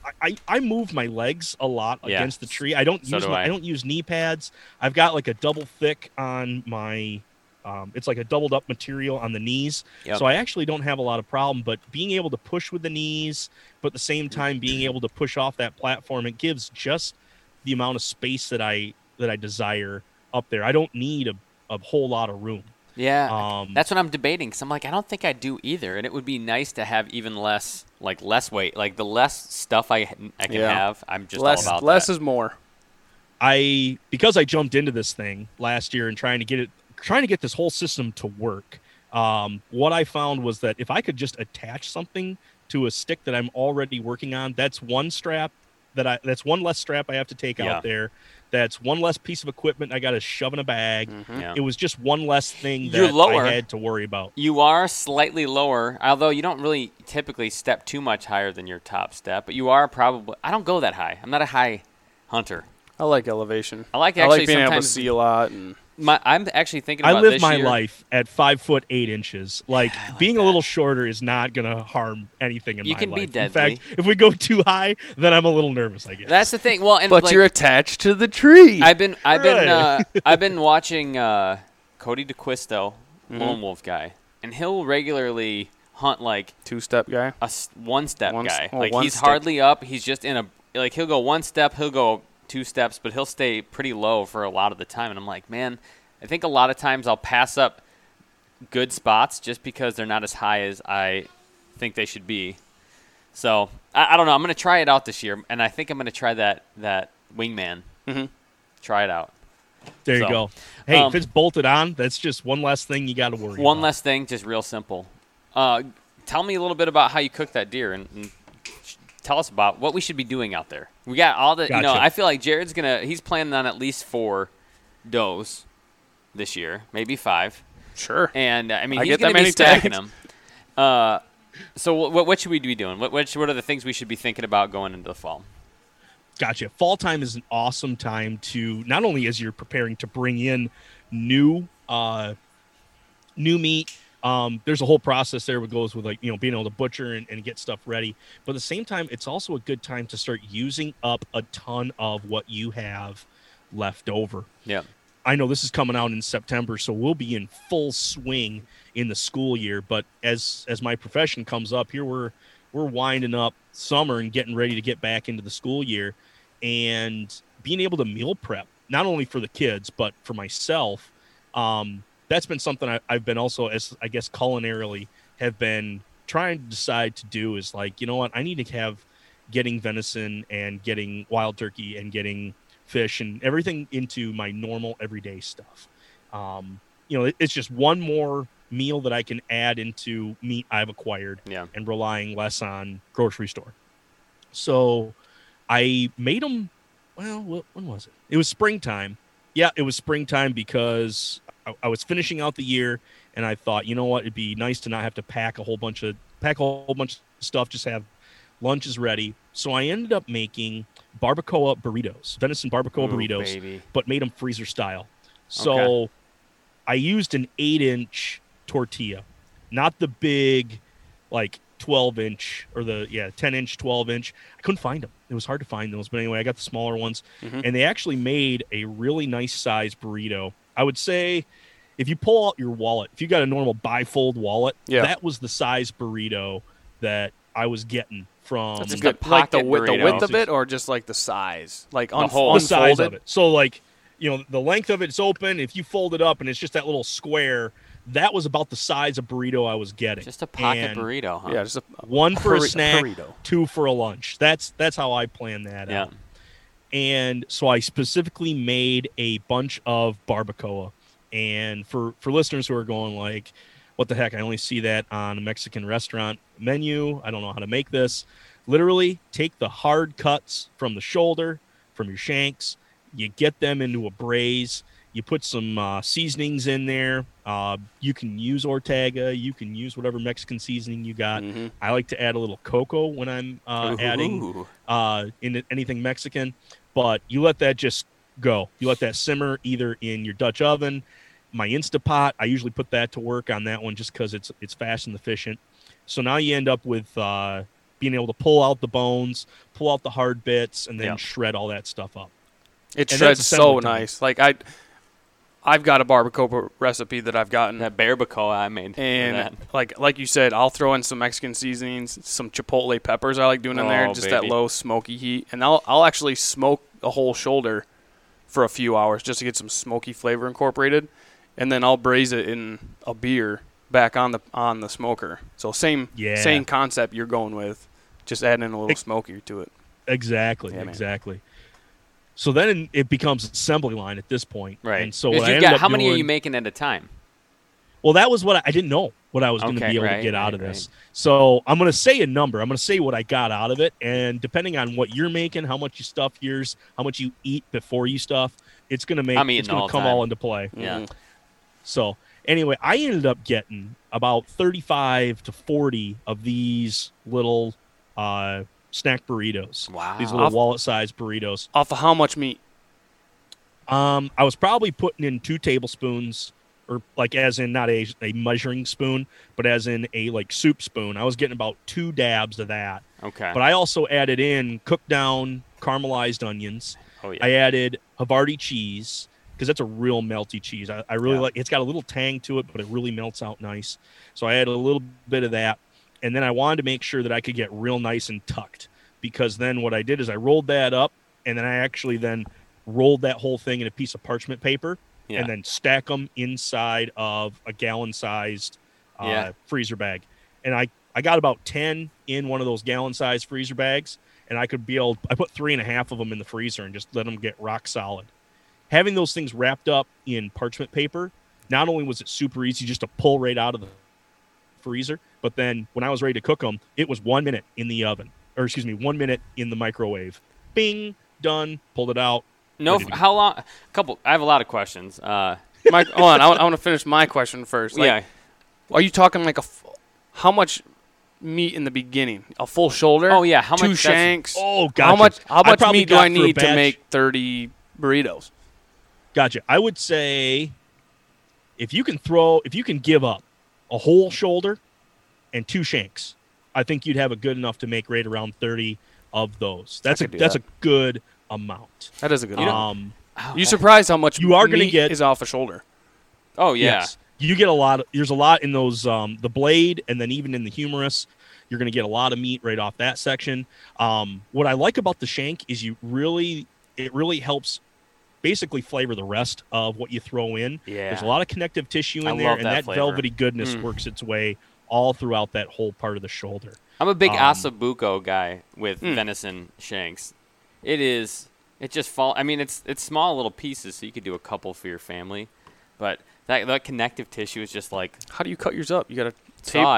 Speaker 5: I- I, I move my legs a lot
Speaker 4: Yeah.
Speaker 5: against the tree. I don't
Speaker 4: So
Speaker 5: use
Speaker 4: do
Speaker 5: my,
Speaker 4: I.
Speaker 5: I don't use knee pads. I've got like a double thick on my um, it's like a doubled up material on the knees.
Speaker 4: Yep.
Speaker 5: So I actually don't have a lot of problem, but being able to push with the knees, but at the same time being able to push off that platform, it gives just the amount of space that I that I desire up there. I don't need a, a whole lot of room.
Speaker 4: Yeah,
Speaker 5: Um,
Speaker 4: that's what I'm debating. Cause I'm like, I don't think I do either, and it would be nice to have even less, like less weight, like the less stuff I I can
Speaker 2: Yeah.
Speaker 4: have. I'm just
Speaker 2: less
Speaker 4: all about
Speaker 2: less
Speaker 4: that.
Speaker 2: is more.
Speaker 5: I because I jumped into this thing last year and trying to get it trying to get this whole system to work. Um, what I found was that if I could just attach something to a stick that I'm already working on, that's one strap that I that's one less strap I have to take
Speaker 4: Yeah.
Speaker 5: out there. That's one less piece of equipment I got to shove in a bag.
Speaker 4: Yeah.
Speaker 5: It was just one less thing that
Speaker 4: You're Mm-hmm. lower.
Speaker 5: I had to worry about.
Speaker 4: You are slightly lower, although you don't really typically step too much higher than your top step, but you are probably I don't go that high. I'm not a high hunter.
Speaker 2: I like elevation.
Speaker 4: I like
Speaker 2: I
Speaker 4: actually
Speaker 2: like being able to
Speaker 4: sometimes-
Speaker 2: see a lot and
Speaker 4: My, I'm actually thinking
Speaker 5: I
Speaker 4: about
Speaker 5: live
Speaker 4: this
Speaker 5: my
Speaker 4: year.
Speaker 5: life at five foot eight inches. Like, being a little shorter is not gonna harm anything in
Speaker 4: You
Speaker 5: my
Speaker 4: can be
Speaker 5: life. In fact,
Speaker 4: deadly.
Speaker 5: if we go too high, then I'm a little nervous. I guess.
Speaker 4: That's the thing. Well, and
Speaker 2: But
Speaker 4: like,
Speaker 2: you're attached to the tree.
Speaker 4: I've been I've been
Speaker 5: Right.
Speaker 4: uh, I've been watching uh, Cody DeQuisto,
Speaker 2: Mm-hmm.
Speaker 4: lone wolf guy, and he'll regularly hunt like
Speaker 2: Two step guy.
Speaker 4: a s- one step
Speaker 2: One s-
Speaker 4: guy.
Speaker 2: well,
Speaker 4: like
Speaker 2: one
Speaker 4: he's
Speaker 2: stick.
Speaker 4: hardly up. He's just in a like he'll go one step, he'll go two steps, but he'll stay pretty low for a lot of the time. And I'm like, man, I think a lot of times I'll pass up good spots just because they're not as high as I think they should be. So I, I don't know. I'm gonna try it out this year, and I think I'm gonna try that that wingman. Mm-hmm. Try it out.
Speaker 5: There you
Speaker 4: So,
Speaker 5: go. Hey,
Speaker 4: um,
Speaker 5: if it's bolted on, that's just one less thing you got to worry.
Speaker 4: One
Speaker 5: about.
Speaker 4: less thing, just real simple. Uh, tell me a little bit about how you cook that deer and, and sh- tell us about what we should be doing out there. We got all the, you know,
Speaker 5: Gotcha.
Speaker 4: I feel like Jared's going to, he's planning on at least four does this year, maybe five.
Speaker 2: Sure.
Speaker 4: And uh, I mean,
Speaker 2: I
Speaker 4: he's
Speaker 2: get that
Speaker 4: going to be
Speaker 2: many
Speaker 4: stacking
Speaker 2: tags.
Speaker 4: them. Uh, so what, what should we be doing? What, what, what are the things we should be thinking about going into the fall?
Speaker 5: Gotcha. Fall time is an awesome time to not only as you're preparing to bring in new uh new meat. Um, there's a whole process there that goes with like you know being able to butcher and, and get stuff ready. But at the same time, it's also a good time to start using up a ton of what you have left over.
Speaker 4: Yeah.
Speaker 5: I know this is coming out in September, so we'll be in full swing in the school year. But as as my profession comes up, here we're we're winding up summer and getting ready to get back into the school year, and being able to meal prep not only for the kids but for myself. Um, that's been something I, I've been also as I guess culinarily have been trying to decide to do is like you know what I need to have getting venison and getting wild turkey and getting fish and everything into my normal everyday stuff. Um, you know, it- it's just one more meal that I can add into meat I've acquired
Speaker 4: Yeah.
Speaker 5: and relying less on grocery store. So I made them. Well, wh- when was it? It was springtime. Yeah, it was springtime because I, I was finishing out the year and I thought, you know what, it'd be nice to not have to pack a whole bunch of pack a whole bunch of stuff. Just have lunch is ready. So I ended up making barbacoa burritos, venison barbacoa
Speaker 4: Ooh,
Speaker 5: burritos,
Speaker 4: baby.
Speaker 5: but made them freezer style. So
Speaker 4: Okay.
Speaker 5: I used an eight inch tortilla, not the big, like 12 inch or the, yeah, 10 inch, 12 inch. I couldn't find them. It was hard to find those. But anyway, I got the smaller ones.
Speaker 4: Mm-hmm.
Speaker 5: And they actually made a really nice size burrito. I would say if you pull out your wallet, if you got a normal bifold wallet,
Speaker 2: Yeah.
Speaker 5: that was the size burrito that I was getting from
Speaker 4: That's a
Speaker 2: Just
Speaker 4: good
Speaker 2: the, like the,
Speaker 4: pocket
Speaker 2: wi- the
Speaker 4: burrito.
Speaker 2: width of it, or just like the size, like un-
Speaker 4: whole-
Speaker 5: the size of
Speaker 2: unfolded?
Speaker 5: it. So like, you know, the length of it's open. If you fold it up and it's just that little square, that was about the size of burrito I was getting.
Speaker 4: Just a pocket
Speaker 5: And
Speaker 4: burrito, huh?
Speaker 2: Yeah, just a,
Speaker 5: One for a
Speaker 2: burri-
Speaker 5: snack,
Speaker 2: burrito.
Speaker 5: two for a lunch. That's that's how I planned that
Speaker 4: Yeah.
Speaker 5: out. And so I specifically made a bunch of barbacoa. And for for listeners who are going like, what the heck? I only see that on a Mexican restaurant menu. I don't know how to make this. Literally, take the hard cuts from the shoulder, from your shanks. You get them into a braise. You put some uh, seasonings in there. Uh, you can use Ortega. You can use whatever Mexican seasoning you got.
Speaker 2: Mhm.
Speaker 5: I like to add a little cocoa when I'm uh, adding
Speaker 4: Ooh.
Speaker 5: uh, in anything Mexican, but you let that just go. You let that simmer either in your Dutch oven, my Instapot. I usually put that to work on that one just because it's it's fast and efficient. So now you end up with uh, being able to pull out the bones, pull out the hard bits, and then
Speaker 4: Yeah.
Speaker 5: shred all that stuff up.
Speaker 2: It
Speaker 5: that's
Speaker 2: shreds so
Speaker 5: assembly time.
Speaker 2: nice. Like I, I've got a barbacoa recipe that I've gotten,
Speaker 4: That barbacoa I made. for
Speaker 2: and
Speaker 4: that.
Speaker 2: like like you said, I'll throw in some Mexican seasonings, some chipotle peppers. I like doing in there,
Speaker 4: Oh,
Speaker 2: just that
Speaker 4: baby.
Speaker 2: low smoky heat, and I'll I'll actually smoke a whole shoulder for a few hours just to get some smoky flavor incorporated, and then I'll braise it in a beer back on the on the smoker. So same
Speaker 5: Yeah.
Speaker 2: same concept you're going with, just adding in a little
Speaker 5: Ex-
Speaker 2: smokier to it.
Speaker 5: Exactly,
Speaker 2: Yeah, man.
Speaker 5: exactly. So then it becomes assembly line at this point,
Speaker 4: right.
Speaker 5: And so
Speaker 4: 'Cause
Speaker 5: what I
Speaker 4: you've
Speaker 5: ended
Speaker 4: got
Speaker 5: up
Speaker 4: how many are
Speaker 5: doing-
Speaker 4: you making at a time?
Speaker 5: Well, that was what I, I didn't know what I was going to
Speaker 4: Okay,
Speaker 5: be able
Speaker 4: right,
Speaker 5: to get out
Speaker 4: right,
Speaker 5: of this. So I'm going to say a number. I'm going to say what I got out of it, and depending on what you're making, how much you stuff yours, how much you eat before you stuff, it's going to make
Speaker 4: I'm
Speaker 5: it's
Speaker 4: eating
Speaker 5: going
Speaker 4: all
Speaker 5: to
Speaker 4: the
Speaker 5: come
Speaker 4: time.
Speaker 5: all into play.
Speaker 4: Yeah.
Speaker 5: So anyway, I ended up getting about 35 to 40 of these little uh, snack burritos.
Speaker 4: Wow.
Speaker 5: These little wallet-sized burritos.
Speaker 2: Off of how much meat?
Speaker 5: Um, I was probably putting in two tablespoons, or like as in not a, a measuring spoon, but as in a like soup spoon. I was getting about two dabs of that.
Speaker 4: Okay.
Speaker 5: But I also added in cooked down caramelized onions.
Speaker 4: oh yeah.
Speaker 5: I added Havarti cheese because that's a real melty cheese. I, I really
Speaker 4: Yeah.
Speaker 5: like. It's got a little tang to it, but it really melts out nice. So I added a little bit of that, and then I wanted to make sure that I could get real nice and tucked because then what I did is I rolled that up, and then I actually then rolled that whole thing in a piece of parchment paper,
Speaker 4: Yeah.
Speaker 5: and then stack them inside of a gallon sized uh,
Speaker 4: Yeah.
Speaker 5: freezer bag. And I, I got about 10 in one of those gallon sized freezer bags. And I could be able, I put three and a half of them in the freezer and just let them get rock solid. Having those things wrapped up in parchment paper, not only was it super easy just to pull right out of the freezer, but then when I was ready to cook them, it was one minute in the oven, or excuse me, one minute in the microwave. Bing, done, pulled it out.
Speaker 4: no.
Speaker 5: ready to
Speaker 4: How long? A couple. I have a lot of questions. Uh,
Speaker 2: My, hold on, I, want to finish my question first. Like,
Speaker 4: yeah.
Speaker 2: Are you talking like a, f- how much meat in the beginning? A full shoulder?
Speaker 4: Oh, yeah, how
Speaker 2: two
Speaker 4: much- that's-
Speaker 2: shanks.
Speaker 5: Oh,
Speaker 2: How
Speaker 5: gotcha.
Speaker 2: much? How
Speaker 5: I
Speaker 2: much
Speaker 5: probably
Speaker 2: meat do I
Speaker 5: got for a
Speaker 2: need to
Speaker 5: batch-
Speaker 2: make thirty burritos?
Speaker 5: Gotcha. I would say if you can throw, if you can give up a whole shoulder and two shanks, I think you'd have a good enough to make right around 30 of those. That's a
Speaker 2: could do
Speaker 5: that's
Speaker 2: that.
Speaker 5: a good amount.
Speaker 2: That is a good.
Speaker 4: You
Speaker 2: one.
Speaker 4: don't-
Speaker 5: um
Speaker 4: Oh,
Speaker 2: you
Speaker 4: that-
Speaker 2: surprised how much
Speaker 5: You are gonna
Speaker 2: meat
Speaker 5: get-
Speaker 2: is off a shoulder.
Speaker 4: Oh yeah.
Speaker 5: yes. You get a lot of, there's a lot in those um the blade and then even in the humerus, you're going to get a lot of meat right off that section. Um what I like about the shank is you really it really helps basically flavor the rest of what you throw in.
Speaker 4: Yeah.
Speaker 5: There's a lot of connective tissue in
Speaker 4: I
Speaker 5: there,
Speaker 4: love
Speaker 5: and
Speaker 4: that
Speaker 5: that
Speaker 4: flavor.
Speaker 5: velvety goodness
Speaker 4: Mm.
Speaker 5: works its way all throughout that whole part of the shoulder.
Speaker 4: I'm a big
Speaker 5: Um,
Speaker 4: asabuco guy with
Speaker 2: Mm.
Speaker 4: venison shanks. It is. It just fall. I mean, it's it's small little pieces, so you could do a couple for your family, but that that connective tissue is just like
Speaker 2: How do you cut yours up? You got a
Speaker 4: Saw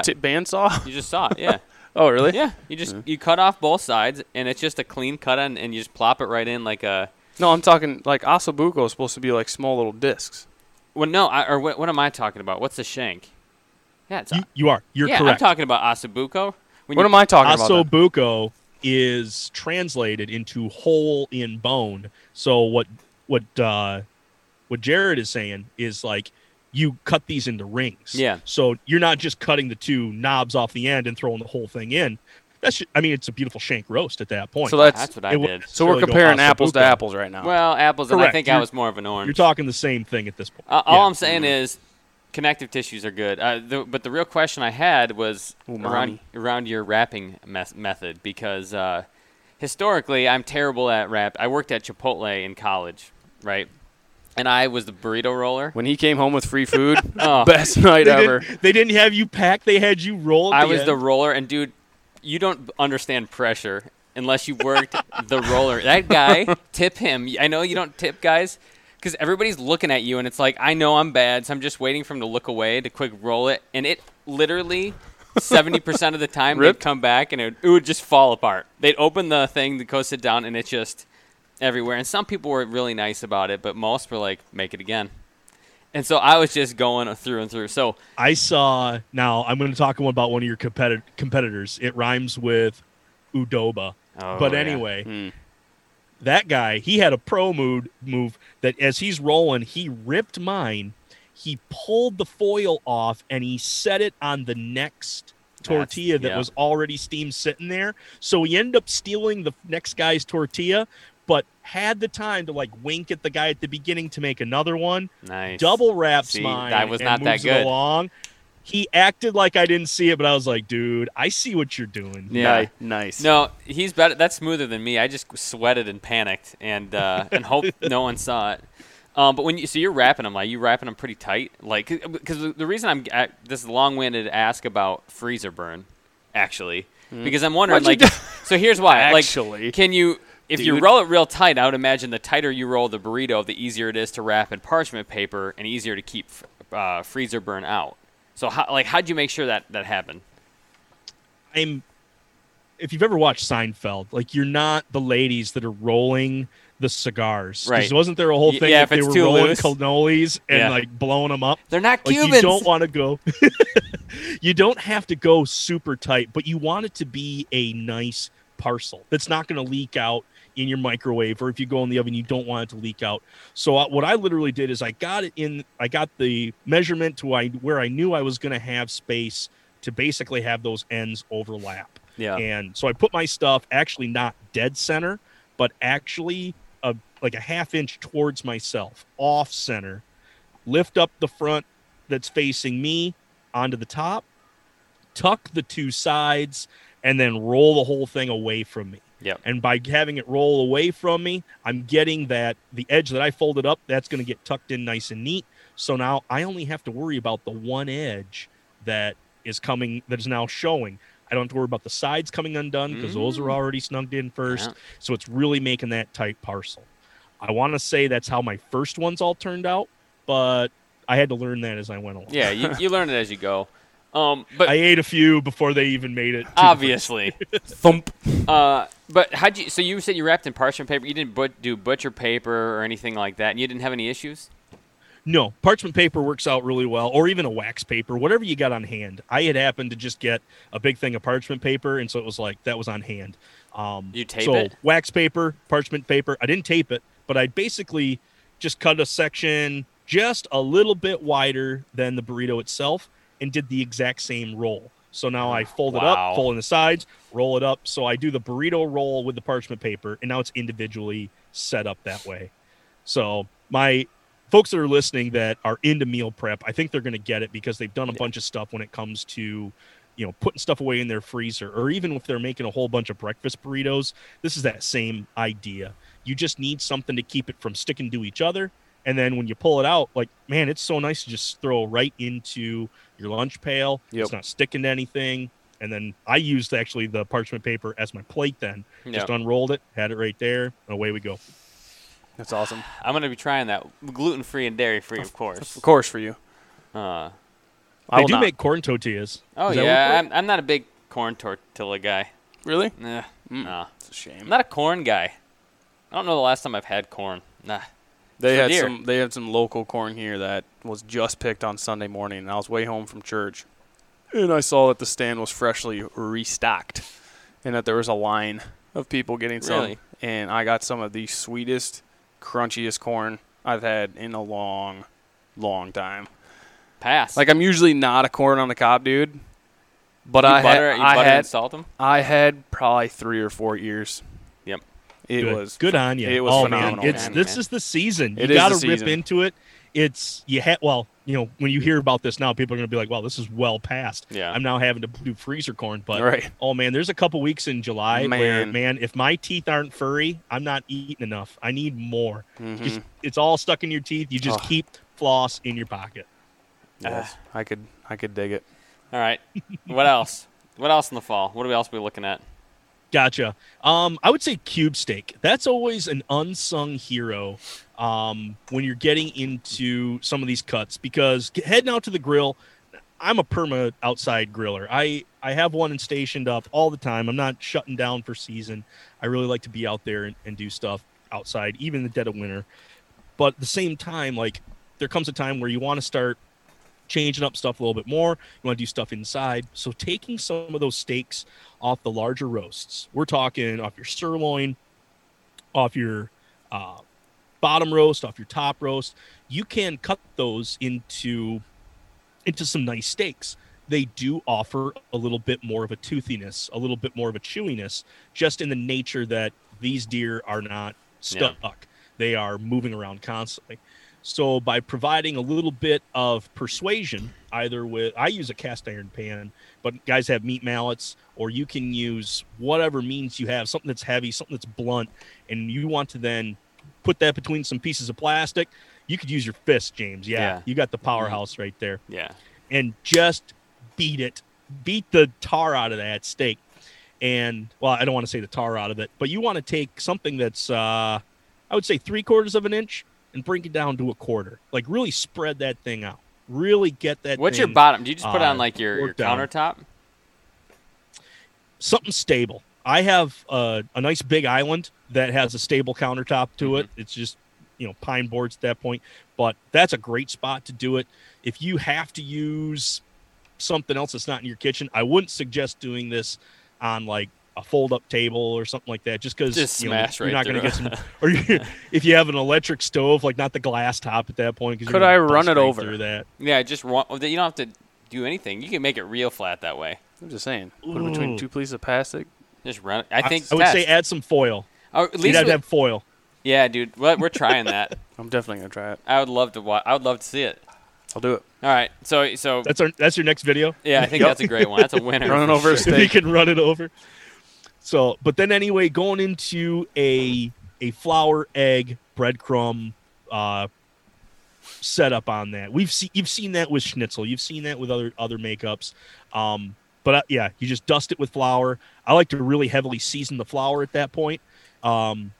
Speaker 2: tape,
Speaker 4: it.
Speaker 2: tip bandsaw?
Speaker 4: you just saw it. Yeah.
Speaker 2: oh, really?
Speaker 4: yeah. You just you cut off both sides, and it's just a clean cut, on, and you just plop it right in like a.
Speaker 2: No, I'm talking like asabuco is supposed to be like small little discs.
Speaker 4: Well, no, I, or what, what am I talking about? What's a shank? Yeah, it's uh,
Speaker 5: You, you are. You're
Speaker 4: yeah. I'm
Speaker 5: correct.
Speaker 4: talking about asabuco. When
Speaker 2: What
Speaker 4: you-
Speaker 2: am I talking about? then?
Speaker 5: Asobuco is translated into hole in bone. So what what uh, what Jared is saying is like you cut these into rings.
Speaker 4: Yeah.
Speaker 5: So you're not just cutting the two knobs off the end and throwing the whole thing in. That's ju- I mean, it's a beautiful shank roast at that point.
Speaker 2: So that's-
Speaker 4: That's what I
Speaker 5: It would-
Speaker 4: did.
Speaker 2: So we're
Speaker 5: Really go
Speaker 2: comparing
Speaker 5: pasta
Speaker 2: apples to
Speaker 5: buco.
Speaker 2: apples right now.
Speaker 4: Well, apples, and I
Speaker 5: Correct.
Speaker 4: think I
Speaker 5: You're-
Speaker 4: was more of an orange.
Speaker 5: you're talking the same thing at this point.
Speaker 4: Uh, all
Speaker 5: Yeah.
Speaker 4: I'm saying is connective tissues are good. Uh, the, but the real question I had was around,
Speaker 2: Umami.
Speaker 4: around your wrapping mes- method because uh, historically I'm terrible at wrap. I worked at Chipotle in college, right? And I was the burrito roller.
Speaker 2: when he came home with free food,
Speaker 4: Oh.
Speaker 2: best night
Speaker 5: they
Speaker 2: ever.
Speaker 5: Didn't, they didn't have you pack. They had you roll. at
Speaker 4: I was
Speaker 5: end.
Speaker 4: the roller, and dude, you don't b- understand pressure unless you worked the roller. That guy, tip him. I know you don't tip guys because everybody's looking at you, and it's like, I know I'm bad, so I'm just waiting for him to look away to quick roll it. And it literally, 70% of the time, they'd
Speaker 2: Ripped.
Speaker 4: come back and it, it would just fall apart. They'd open the thing, the go sit down, and it just everywhere. And some people were really nice about it, but most were like, make it again. And so I was just going through and through. So
Speaker 5: I saw. Now I'm going to talk about one of your competi- competitors. It rhymes with Udoba.
Speaker 4: Oh,
Speaker 5: but
Speaker 4: yeah.
Speaker 5: anyway, that guy he had a pro mood move that as he's rolling, he ripped mine. He pulled the foil off and he set it on the next
Speaker 4: That's-
Speaker 5: tortilla that
Speaker 4: yeah.
Speaker 5: was already steamed sitting there. So he ended up stealing the next guy's tortilla, but had the time to like wink at the guy at the beginning to make another one
Speaker 4: nice.
Speaker 5: double wraps
Speaker 4: See,
Speaker 5: mine.
Speaker 4: that was
Speaker 5: and
Speaker 4: not that
Speaker 5: moves it
Speaker 4: good.
Speaker 5: Along. He acted like I didn't see it, but I was like, dude, I see what you're doing.
Speaker 4: Yeah.
Speaker 2: Ni- nice.
Speaker 4: No, he's better. That's smoother than me. I just sweated and panicked and uh, and hoped no one saw it. Um, but when you so you're wrapping them, like you wrapping them pretty tight, like because the reason I'm I, this is long-winded ask about freezer burn, actually, because I'm wondering
Speaker 2: Why'd
Speaker 4: like
Speaker 2: you
Speaker 4: so here's why
Speaker 2: Actually,
Speaker 4: like can you if you
Speaker 2: dude.
Speaker 4: roll it real tight, I would imagine the tighter you roll the burrito, the easier it is to wrap in parchment paper and easier to keep uh, freezer burn out. So how like how'd you make sure that that happened?
Speaker 5: I'm if you've ever watched Seinfeld, like you're not the ladies that are rolling the cigars. 'Cause
Speaker 4: Right.
Speaker 5: Wasn't there a whole
Speaker 4: Y-
Speaker 5: thing
Speaker 4: yeah,
Speaker 5: that
Speaker 4: if
Speaker 5: they
Speaker 4: it's
Speaker 5: were
Speaker 4: too
Speaker 5: rolling
Speaker 4: loose.
Speaker 5: cannolis and
Speaker 4: Yeah.
Speaker 5: like blowing them up?
Speaker 4: They're not
Speaker 5: Like
Speaker 4: Cubans.
Speaker 5: you don't want to go. you don't have to go super tight, but you want it to be a nice parcel that's not going to leak out in your microwave, or if you go in the oven, you don't want it to leak out. So uh, what I literally did is I got it in. I got the measurement to I, where I knew I was going to have space to basically have those ends overlap.
Speaker 4: yeah.
Speaker 5: And so I put my stuff actually not dead center, but actually a, like a half inch towards myself, off center. Lift up the front that's facing me onto the top, tuck the two sides, and then roll the whole thing away from me.
Speaker 4: Yep.
Speaker 5: And by having it roll away from me, I'm getting that the edge that I folded up, that's going to get tucked in nice and neat. So now I only have to worry about the one edge that is coming, that is now showing. I don't have to worry about the sides coming undone because those are already snugged in first.
Speaker 4: Mm. Yeah.
Speaker 5: So it's really making that tight parcel. I want to say that's how my first ones all turned out, but I had to learn that as I went along.
Speaker 4: Yeah, you, you learn it as you go. Um, but
Speaker 5: I ate a few before they even made it. to the
Speaker 4: obviously,
Speaker 2: Thump.
Speaker 4: uh, but how'd you? So you said you wrapped in parchment paper. You didn't but, do butcher paper or anything like that, and you didn't have any issues.
Speaker 5: No, parchment paper works out really well, or even a wax paper, whatever you got on hand. I had happened to just get a big thing of parchment paper, and so it was like that was on hand. Um,
Speaker 4: You tape
Speaker 5: so
Speaker 4: it?
Speaker 5: wax paper, parchment paper. I didn't tape it, but I basically just cut a section just a little bit wider than the burrito itself, and did the exact same roll. So now I fold it
Speaker 4: Wow.
Speaker 5: up, fold in the sides, roll it up. So I do the burrito roll with the parchment paper, and now it's individually set up that way. So my folks that are listening that are into meal prep, I think they're going to get it because they've done a bunch of stuff when it comes to, you know, putting stuff away in their freezer or even if they're making a whole bunch of breakfast burritos, this is that same idea. You just need something to keep it from sticking to each other. And then when you pull it out, like, man, it's so nice to just throw right into your lunch pail.
Speaker 2: Yep.
Speaker 5: It's not sticking to anything. And then I used actually the parchment paper as my plate then. Just
Speaker 4: Yeah.
Speaker 5: unrolled it, had it right there, and away we go.
Speaker 2: That's awesome.
Speaker 4: I'm gonna be trying that gluten free and dairy free, of course.
Speaker 2: Of course for you.
Speaker 4: Uh,
Speaker 2: I
Speaker 5: They
Speaker 2: will
Speaker 5: do
Speaker 2: not.
Speaker 5: make corn tortillas.
Speaker 4: oh
Speaker 2: Is that what
Speaker 4: yeah,
Speaker 2: it's
Speaker 4: I'm, I'm not a big corn tortilla guy.
Speaker 2: really.
Speaker 4: Nah, nah.
Speaker 2: It's a shame.
Speaker 4: I'm not a corn guy. I don't know the last time I've had corn. Nah.
Speaker 2: They
Speaker 4: for
Speaker 2: had
Speaker 4: deer.
Speaker 2: some. They had some local corn here that was just picked on Sunday morning, and I was way home from church, and I saw that the stand was freshly restocked, and that there was a line of people getting
Speaker 4: Really?
Speaker 2: some, and I got some of the sweetest, crunchiest corn I've had in a long, long time.
Speaker 4: pass.
Speaker 2: Like I'm usually not a corn on the cob dude, but
Speaker 4: you
Speaker 2: I
Speaker 4: butter,
Speaker 2: had
Speaker 4: you
Speaker 2: I
Speaker 4: butter
Speaker 2: had
Speaker 4: and salt them.
Speaker 2: I had probably three or four ears.
Speaker 4: Yep.
Speaker 2: It
Speaker 5: good.
Speaker 2: was
Speaker 5: good on you.
Speaker 2: it was
Speaker 5: oh,
Speaker 2: phenomenal,
Speaker 5: Man. It's
Speaker 4: man.
Speaker 5: this is the season.
Speaker 2: It
Speaker 5: you
Speaker 2: is
Speaker 5: got
Speaker 2: the
Speaker 5: to rip
Speaker 2: season.
Speaker 5: into it. It's you had well, you know, when you hear about this now, people are going to be like, "Well, this is well past."
Speaker 4: Yeah.
Speaker 5: I'm now having to do freezer corn, but
Speaker 2: Right.
Speaker 5: oh man, there's a couple weeks in July where
Speaker 2: Man.
Speaker 5: man, if my teeth aren't furry, I'm not eating enough. I need more.
Speaker 2: Mhm.
Speaker 5: Just it's all stuck in your teeth. You just
Speaker 2: Oh.
Speaker 5: keep floss in your pocket.
Speaker 2: yes. Ah, I could I could dig it.
Speaker 4: All right. what else? What else in the fall? What else are we looking at?
Speaker 5: Gotcha. Um, I would say cube steak. That's always an unsung hero um, when you're getting into some of these cuts because g- heading out to the grill, I'm a perma outside griller. I I have one and stationed up all the time. I'm not shutting down for season. I really like to be out there and, and do stuff outside, even in the dead of winter. But at the same time, like there comes a time where you want to start changing up stuff a little bit more. You want to do stuff inside. So taking some of those steaks off the larger roasts. We're talking off your sirloin, off your uh, bottom roast, off your top roast. You can cut those into into some nice steaks. They do offer a little bit more of a toothiness, a little bit more of a chewiness, just in the nature that these deer are not stuck. They are moving around constantly. So by providing a little bit of persuasion, either with I use a cast iron pan, but guys have meat mallets, or you can use whatever means you have, something that's heavy, something that's blunt, and you want to then put that between some pieces of plastic. You could use your fist, James. Yeah,
Speaker 4: Yeah.
Speaker 5: you got the powerhouse right there,
Speaker 4: Yeah.
Speaker 5: and just beat it, beat the tar out of that steak. And well, I don't want to say the tar out of it, but you want to take something that's, uh, I would say, three quarters of an inch and bring it down to a quarter. Like really spread that thing out. Really get that.
Speaker 4: What's your
Speaker 5: thing-
Speaker 4: bottom? Do you just put it
Speaker 5: uh,
Speaker 4: on like your, your
Speaker 5: work down.
Speaker 4: countertop?
Speaker 5: something stable. I have uh, a nice big island that has a stable countertop to it.
Speaker 4: Mm-hmm.
Speaker 5: It's just you know pine boards at that point, but that's a great spot to do it. If you have to use something else that's not in your kitchen, I wouldn't suggest doing this on like a fold-up table or something like that, just because
Speaker 4: Just smash
Speaker 5: you're
Speaker 4: right
Speaker 5: not going to
Speaker 4: through
Speaker 5: get some. Or you, if you have an electric stove, like not the glass top at that point, 'cause you're
Speaker 2: Could
Speaker 5: gonna
Speaker 2: I
Speaker 5: bust
Speaker 2: run it
Speaker 5: right
Speaker 2: over?
Speaker 5: through that?
Speaker 4: Yeah, just run. You don't have to do anything. You can make it real flat that way.
Speaker 2: I'm just saying. Put it between
Speaker 5: Ooh.
Speaker 2: two pieces of plastic.
Speaker 4: Just run. it. I think
Speaker 5: I would say
Speaker 4: test.
Speaker 5: add some foil.
Speaker 4: Or at
Speaker 5: You'd
Speaker 4: least
Speaker 5: have
Speaker 4: we-
Speaker 5: to have foil.
Speaker 4: yeah, dude. Well, we're trying that.
Speaker 2: I'm definitely gonna try it.
Speaker 4: I would love to watch. I would love to see it.
Speaker 2: I'll do it.
Speaker 4: All right. So so
Speaker 5: That's our that's your next video.
Speaker 4: yeah, I think that's a great one. That's a winner.
Speaker 2: Running
Speaker 4: for
Speaker 2: over a
Speaker 4: sure.
Speaker 5: if you
Speaker 2: steak.
Speaker 5: can run it over. So, but then anyway, going into a a flour, egg, breadcrumb uh, setup on that. We've seen you've seen that with schnitzel. You've seen that with other other makeups. Um, but uh, yeah, you just dust it with flour. I like to really heavily season the flour at that point. Um,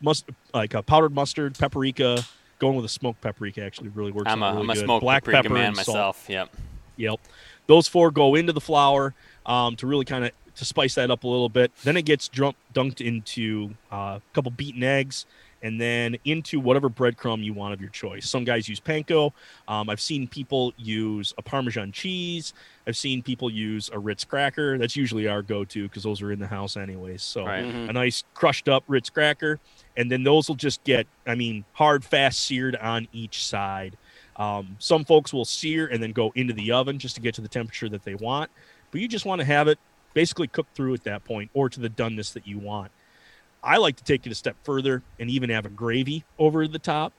Speaker 5: must like a powdered mustard, paprika. Going with a smoked paprika actually really works.
Speaker 4: I'm a
Speaker 5: out really
Speaker 4: am a
Speaker 5: good.
Speaker 4: smoke
Speaker 5: Black
Speaker 4: paprika
Speaker 5: pepper
Speaker 4: man
Speaker 5: and salt.
Speaker 4: myself. Yep.
Speaker 5: Yep. Those four go into the flour um, to really kind of to spice that up a little bit. Then it gets drunk, dunked into uh, a couple beaten eggs and then into whatever breadcrumb you want of your choice. Some guys use panko. Um, I've seen people use a Parmesan cheese. I've seen people use a Ritz cracker. That's usually our go-to because those are in the house anyways. So mm-hmm.
Speaker 4: Right.
Speaker 5: a nice crushed up Ritz cracker, and then those will just get, I mean, hard, fast seared on each side. Um, some folks will sear and then go into the oven just to get to the temperature that they want, but you just want to have it basically cooked through at that point or to the doneness that you want. I like to take it a step further and even have a gravy over the top.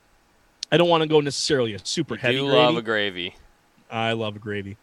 Speaker 5: I don't want to go necessarily a super
Speaker 4: You
Speaker 5: heavy
Speaker 4: do
Speaker 5: gravy.
Speaker 4: love a gravy.
Speaker 5: I love gravy.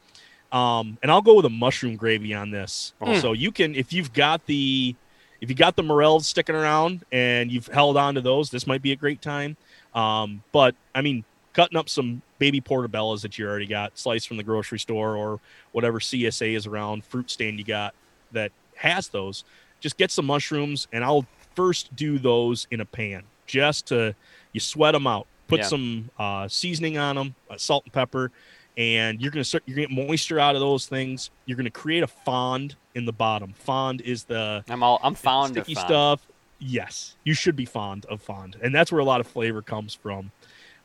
Speaker 5: Um, and I'll go with a mushroom gravy on this. So you can, if you've got the, if you got the morels sticking around and you've held on to those, this might be a great time. Um, but I mean, cutting up some baby portobellos that you already got sliced from the grocery store or whatever CSA is around fruit stand you got that has those, just get some mushrooms and I'll first do those in a pan just to, you sweat them out, put
Speaker 4: Yeah.
Speaker 5: some uh, seasoning on them, uh, salt and pepper, and you're gonna start, you're gonna get moisture out of those things. You're gonna create a fond in the bottom. Fond is the
Speaker 4: I'm all I'm fond of
Speaker 5: sticky
Speaker 4: fond.
Speaker 5: stuff. Yes, you should be fond of fond, and that's where a lot of flavor comes from.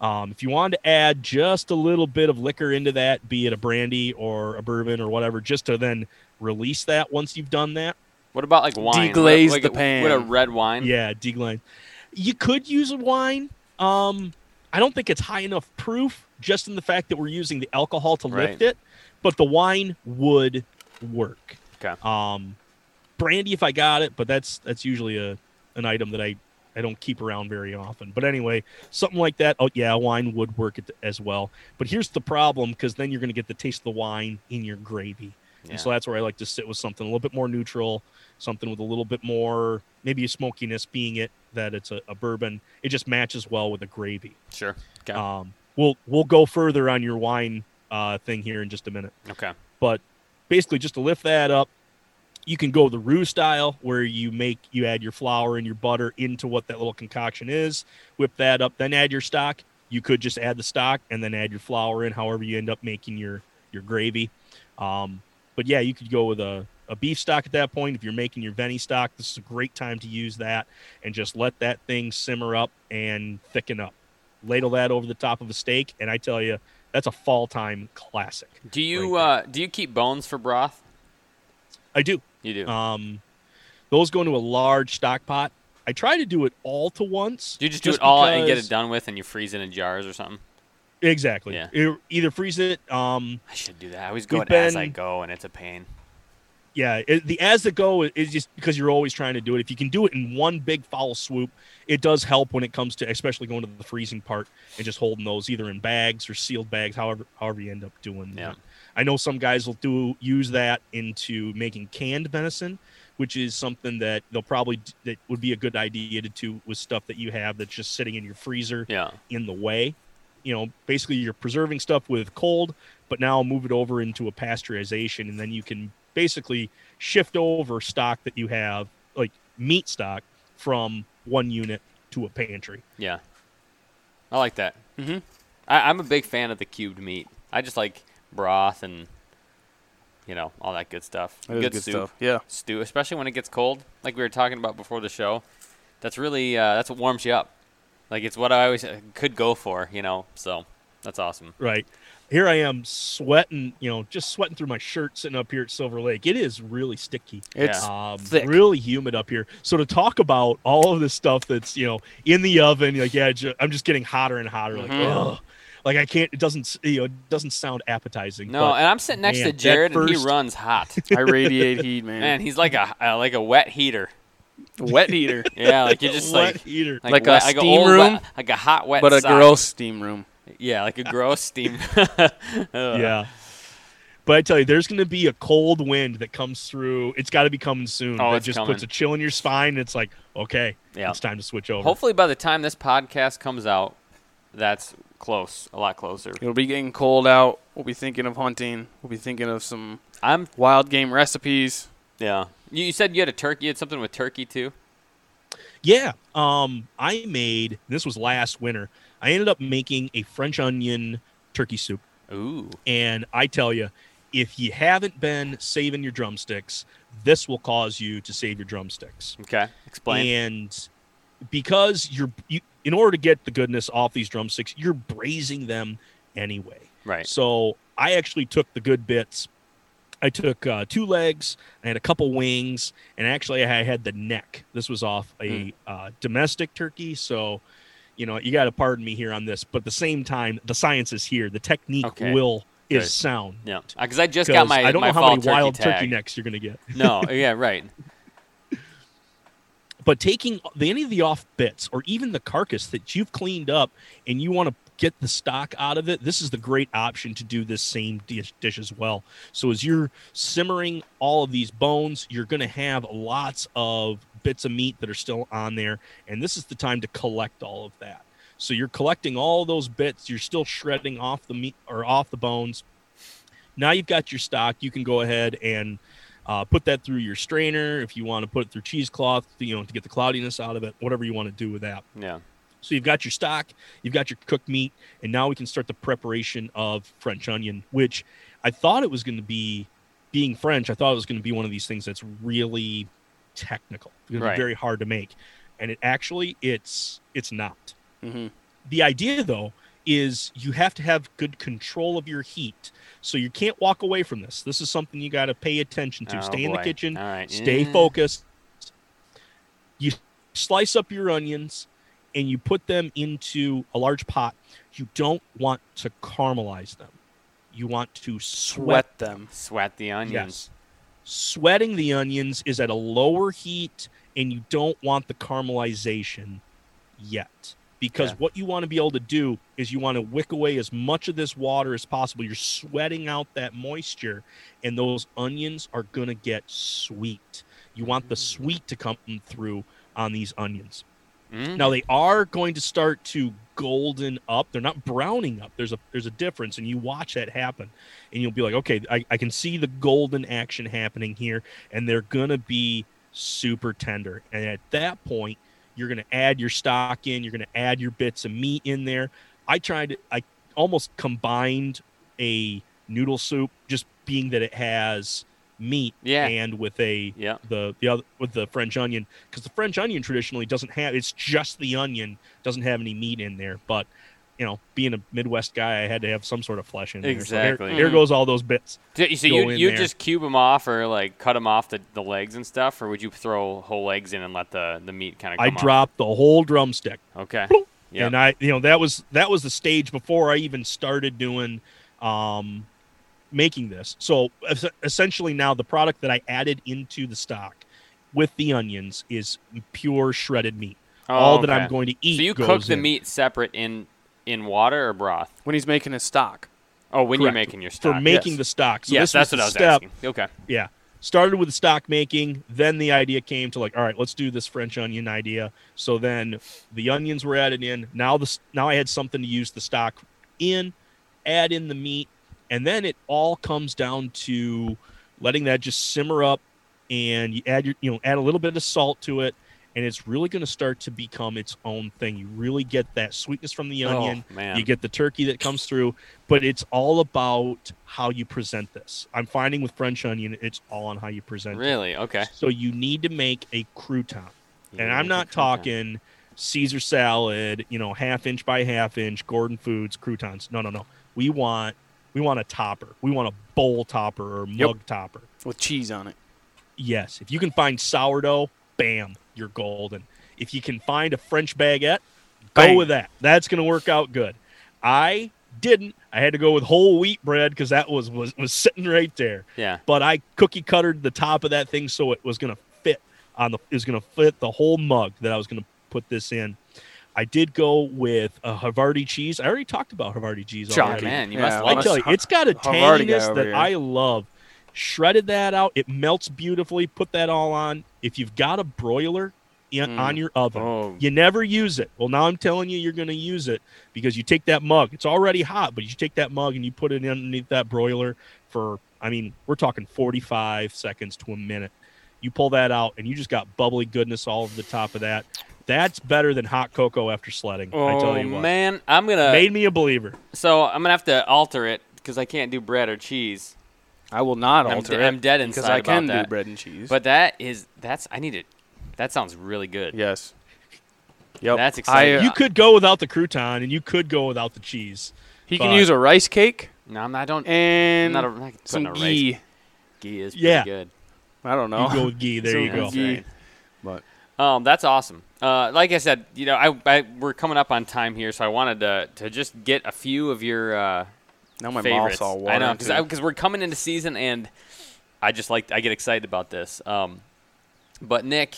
Speaker 5: Um, if you wanted to add just a little bit of liquor into that, be it a brandy or a bourbon or whatever, just to then release that once you've done that,
Speaker 4: What about like wine?
Speaker 2: Deglaze
Speaker 4: what, like,
Speaker 2: the pan.
Speaker 4: What a red wine.
Speaker 5: yeah, deglaze. You could use a wine. Um, I don't think it's high enough proof just in the fact that we're using the alcohol to
Speaker 4: Right.
Speaker 5: lift it, but the wine would work.
Speaker 4: Okay.
Speaker 5: Um, brandy if I got it, but that's that's usually a an item that I I don't keep around very often. But anyway, something like that. Oh yeah, wine would work it as well. But here's the problem because then you're going to get the taste of the wine in your gravy.
Speaker 4: Yeah.
Speaker 5: And so that's where I like to sit with something a little bit more neutral, something with a little bit more maybe a smokiness being it that it's a, a bourbon. It just matches well with a gravy.
Speaker 4: Sure.
Speaker 2: Okay.
Speaker 5: Um, we'll we'll go further on your wine uh, thing here in just a minute
Speaker 4: Okay.
Speaker 5: but basically just to lift that up you can go the roux style where you make you add your flour and your butter into what that little concoction is whip that up then add your stock you could just add the stock and then add your flour in however you end up making your your gravy um, but yeah you could go with a, a beef stock at that point if you're making your veni stock this is a great time to use that and just let that thing simmer up and thicken up ladle that over the top of a steak and i tell you that's a fall time classic
Speaker 4: Do you
Speaker 5: Right
Speaker 4: uh, do you keep bones for broth?
Speaker 5: i do
Speaker 4: You do.
Speaker 5: Um, those go into a large stock pot. I try to do it all to once.
Speaker 4: do you just, do it all and get
Speaker 5: because-
Speaker 4: it done with, and you freeze it in jars or something?
Speaker 5: Exactly.
Speaker 4: Yeah.
Speaker 5: E- Either freeze it. Um,
Speaker 4: I should do that. I always go
Speaker 5: We've
Speaker 4: it as I
Speaker 5: been-
Speaker 4: go, and it's a pain.
Speaker 5: yeah. It, the as the go i- is just because you're always trying to do it. If you can do it in one big foul swoop, it does help when it comes to especially going to the freezing part and just holding those either in bags or sealed bags, however however you end up doing
Speaker 4: Yeah.
Speaker 5: that. I know some guys will do use that into making canned venison, which is something that they'll probably d- that would be a good idea to do with stuff that you have that's just sitting in your freezer
Speaker 4: Yeah.
Speaker 5: in the way. You know, basically you're preserving stuff with cold, but now move it over into a pasteurization, and then you can basically shift over stock that you have, like meat stock, from one unit to a pantry.
Speaker 4: Yeah. I like that. Mm-hmm. I, I'm a big fan of the cubed meat. I just like broth and you know all that good stuff.
Speaker 2: That is
Speaker 4: good
Speaker 2: good
Speaker 4: soup,
Speaker 2: stuff. Yeah.
Speaker 4: stew, especially when it gets cold, like we were talking about before the show. That's really uh, that's what warms you up. Like it's what I always uh, could go for, you know. So that's awesome.
Speaker 5: Right here, I am sweating. You know, just sweating through my shirt sitting up here at Silver Lake. It is really sticky.
Speaker 2: It's
Speaker 5: um,
Speaker 2: thick.
Speaker 5: really humid up here. So to talk about all of this stuff that's you know in the oven, like yeah, ju- I'm just getting hotter and hotter. Like,
Speaker 4: Mm-hmm.
Speaker 5: ugh. like I can't. It doesn't s- you know it doesn't sound appetizing.
Speaker 4: No,
Speaker 5: but
Speaker 4: and I'm sitting next
Speaker 5: man,
Speaker 4: to
Speaker 5: that
Speaker 4: Jared, and he
Speaker 5: first-
Speaker 4: runs hot.
Speaker 2: I radiate heat, man.
Speaker 4: Man, he's like a uh, like a wet heater.
Speaker 2: Wet heater,
Speaker 4: Yeah, like you're just
Speaker 5: wet
Speaker 4: like
Speaker 5: heater.
Speaker 1: Like a
Speaker 4: wet- like
Speaker 1: steam
Speaker 4: old
Speaker 1: room,
Speaker 4: wet, like a hot wet,
Speaker 2: but a
Speaker 4: sock.
Speaker 2: gross steam room.
Speaker 4: Yeah, like a gross steam. uh,
Speaker 5: yeah. But I tell you, there's going to be a cold wind that comes through. It's got to be coming soon.
Speaker 4: Oh,
Speaker 5: that
Speaker 4: it's
Speaker 5: just
Speaker 4: coming.
Speaker 5: puts a chill in your spine. And it's like, okay,
Speaker 4: Yeah.
Speaker 5: it's time to switch over.
Speaker 4: Hopefully, by the time this podcast comes out, that's close, a lot closer.
Speaker 2: It'll be getting cold out. We'll be thinking of hunting. We'll be thinking of some
Speaker 4: I'm
Speaker 2: wild game recipes.
Speaker 4: yeah. You, you said you had a turkey. You had something with turkey too.
Speaker 5: Yeah. Um, I made this was last winter. I ended up making a French onion turkey soup.
Speaker 4: Ooh,
Speaker 5: And I tell you, if you haven't been saving your drumsticks, this will cause you to save your drumsticks.
Speaker 4: okay. Explain.
Speaker 5: And because you're, you, in order to get the goodness off these drumsticks, you're braising them anyway.
Speaker 4: Right.
Speaker 5: So I actually took the good bits. I took uh, two legs, I had a couple wings, and actually I had the neck. This was off a
Speaker 4: Hmm.
Speaker 5: uh, domestic turkey, so you know you got to pardon me here on this, but at the same time, the science is here. The technique
Speaker 4: Okay.
Speaker 5: will
Speaker 4: Good.
Speaker 5: is sound.
Speaker 4: Yeah, because I just got
Speaker 5: 'Cause
Speaker 4: my
Speaker 5: I don't
Speaker 4: my
Speaker 5: know how
Speaker 4: fall
Speaker 5: many
Speaker 4: turkey
Speaker 5: wild
Speaker 4: tag.
Speaker 5: turkey necks you're gonna get.
Speaker 4: no, yeah, right.
Speaker 5: but taking the, any of the off bits or even the carcass that you've cleaned up and you want to get the stock out of it this is the great option to do this same dish, dish as well so as you're simmering all of these bones you're going to have lots of bits of meat that are still on there and this is the time to collect all of that so you're collecting all those bits you're still shredding off the meat or off the bones now you've got your stock you can go ahead and uh, put that through your strainer if you want to put it through cheesecloth you know to get the cloudiness out of it whatever you want to do with that
Speaker 4: Yeah.
Speaker 5: so you've got your stock you've got your cooked meat and now we can start the preparation of french onion which i thought it was going to be being french i thought it was going to be one of these things that's really technical it's going
Speaker 4: Right.
Speaker 5: to be very hard to make and it actually it's it's not
Speaker 2: Mm-hmm.
Speaker 5: the idea though is you have to have good control of your heat so you can't walk away from this this is something you got to pay attention to
Speaker 4: Oh,
Speaker 5: stay in the
Speaker 4: boy.
Speaker 5: kitchen
Speaker 4: All right. Mm.
Speaker 5: stay
Speaker 4: Yeah.
Speaker 5: focused you slice up your onions and you put them into a large pot, you don't want to caramelize them. You want to sweat.
Speaker 2: Sweat them.
Speaker 4: Sweat the onions.
Speaker 5: Yes. Sweating the onions is at a lower heat, and you don't want the caramelization yet. Because
Speaker 4: Yeah.
Speaker 5: what you want to be able to do is you want to wick away as much of this water as possible. You're sweating out that moisture, and those onions are going to get sweet. You want the sweet to come through on these onions.
Speaker 4: Mm.
Speaker 5: Now they are going to start to golden up. They're not browning up. There's a there's a difference, and you watch that happen, and you'll be like, okay, I, I can see the golden action happening here, and they're gonna be super tender. And at that point, you're gonna add your stock in. You're gonna add your bits of meat in there. I tried. I almost combined a noodle soup, just being that it has meat
Speaker 4: Yeah.
Speaker 5: and with a
Speaker 4: Yeah.
Speaker 5: the the other with the French onion because the French onion traditionally doesn't have it's just the onion doesn't have any meat in there. But you know, being a Midwest guy, I had to have some sort of flesh in there. So here-
Speaker 4: Exactly.
Speaker 5: here,
Speaker 4: Mhm.
Speaker 5: goes all those bits.
Speaker 4: So you- so
Speaker 5: go
Speaker 4: you
Speaker 5: in
Speaker 4: you
Speaker 5: there.
Speaker 4: just cube them off or like cut them off the, the legs and stuff, or would you throw whole legs in and let the, the meat kind of?
Speaker 5: I dropped the whole drumstick,
Speaker 4: Okay. Yeah.
Speaker 5: and I you know that was that was the stage before I even started doing um making this. So es- essentially, now the product that I added into the stock with the onions is pure shredded meat.
Speaker 4: Oh,
Speaker 5: all that I'm
Speaker 4: okay.
Speaker 5: going to eat.
Speaker 4: So you
Speaker 5: goes
Speaker 4: cook the
Speaker 5: in.
Speaker 4: meat separate in in water or broth?
Speaker 2: When he's making his stock.
Speaker 4: Oh, when you're
Speaker 5: Correct.
Speaker 4: making your
Speaker 5: for
Speaker 4: stock.
Speaker 5: making
Speaker 4: yes.
Speaker 5: the stock. So
Speaker 4: yes,
Speaker 5: this
Speaker 4: that's what
Speaker 5: was the
Speaker 4: I was
Speaker 5: step.
Speaker 4: asking. Okay.
Speaker 5: Yeah, started with the stock making. Then the idea came to like, all right, let's do this French onion idea. So then the onions were added in. Now this now I had something to use the stock in, add in the meat, and then it all comes down to letting that just simmer up, and you add your you know add a little bit of salt to it. And it's really going to start to become its own thing. You really get that sweetness from the
Speaker 4: Oh,
Speaker 5: onion.
Speaker 4: man.
Speaker 5: You get the turkey that comes through, but it's all about how you present this. I'm finding with French onion, it's all on how you present
Speaker 4: Really? Okay.
Speaker 5: it. So you need to make a crouton.
Speaker 4: You
Speaker 5: And
Speaker 4: make
Speaker 5: I'm
Speaker 4: a
Speaker 5: not
Speaker 4: crouton.
Speaker 5: talking Caesar salad, you know, half inch by half inch, Gordon Foods, croutons. No, no, no. We want we want a topper. We want a bowl topper or mug topper.
Speaker 2: With cheese on
Speaker 4: Oh,
Speaker 2: it.
Speaker 5: Yes. If you can find sourdough, bam, you're golden. If you can find a French baguette, go
Speaker 2: Bang.
Speaker 5: with that. That's going to work out good. I didn't. I had to go with whole wheat bread because that was, was was sitting right there.
Speaker 4: Yeah.
Speaker 5: But I cookie cuttered the top of that thing so it was going to fit on the it was going to fit the whole mug that I was going to put this in. I did go with a Havarti cheese. I already talked about Havarti cheese
Speaker 2: Shocking.
Speaker 5: already.
Speaker 4: Man, you
Speaker 2: Yeah,
Speaker 4: must
Speaker 2: I
Speaker 4: love
Speaker 5: I tell
Speaker 4: it.
Speaker 5: you, it's got a
Speaker 2: Havarti guy
Speaker 5: tanginess
Speaker 2: over
Speaker 5: that
Speaker 2: here.
Speaker 5: I love. Shredded that out. It melts beautifully. Put that all on. If you've got a broiler in,
Speaker 2: Mm.
Speaker 5: on your oven,
Speaker 2: Oh.
Speaker 5: you never use it. Well, now I'm telling you, you're going to use it because you take that mug. It's already hot, but you take that mug and you put it underneath that broiler for, I mean, we're talking 45 seconds to a minute. You pull that out and you just got bubbly goodness all over the top of that. That's better than hot cocoa after sledding. I tell
Speaker 4: Oh
Speaker 5: you what.
Speaker 4: man, I'm gonna.
Speaker 5: Made me a believer.
Speaker 4: So I'm gonna have to alter it because I can't do bread or cheese.
Speaker 2: I will not
Speaker 4: I'm
Speaker 2: alter
Speaker 4: de-
Speaker 2: it.
Speaker 4: I'm dead
Speaker 2: Because
Speaker 4: inside
Speaker 2: I can
Speaker 4: about
Speaker 2: do
Speaker 4: that.
Speaker 2: bread and cheese.
Speaker 4: But that is that's I need to. That sounds really good.
Speaker 2: yes. Yep. I-
Speaker 4: That's exciting.
Speaker 5: You could go without the crouton and you could go without the cheese.
Speaker 2: he can
Speaker 5: but-
Speaker 2: use a rice cake
Speaker 4: No, I'm not, I don't. I'm
Speaker 2: and
Speaker 4: not, a, I'm not putting
Speaker 2: some
Speaker 4: a rice.
Speaker 2: ghee.
Speaker 4: Ghee is
Speaker 5: Yeah.
Speaker 4: pretty good.
Speaker 2: I don't
Speaker 5: You
Speaker 2: know.
Speaker 5: go with ghee. There you
Speaker 4: Yeah,
Speaker 5: go.
Speaker 4: that's right.
Speaker 2: But
Speaker 4: Um, that's awesome. Uh, like I said, you know, I, I we're coming up on time here, so I wanted to to just get a few of your uh,
Speaker 2: now my
Speaker 4: favorites.
Speaker 2: mouth's all watered.
Speaker 4: I know
Speaker 2: too.
Speaker 4: because we're coming into season, and I just like I get excited about this. Um, but Nick,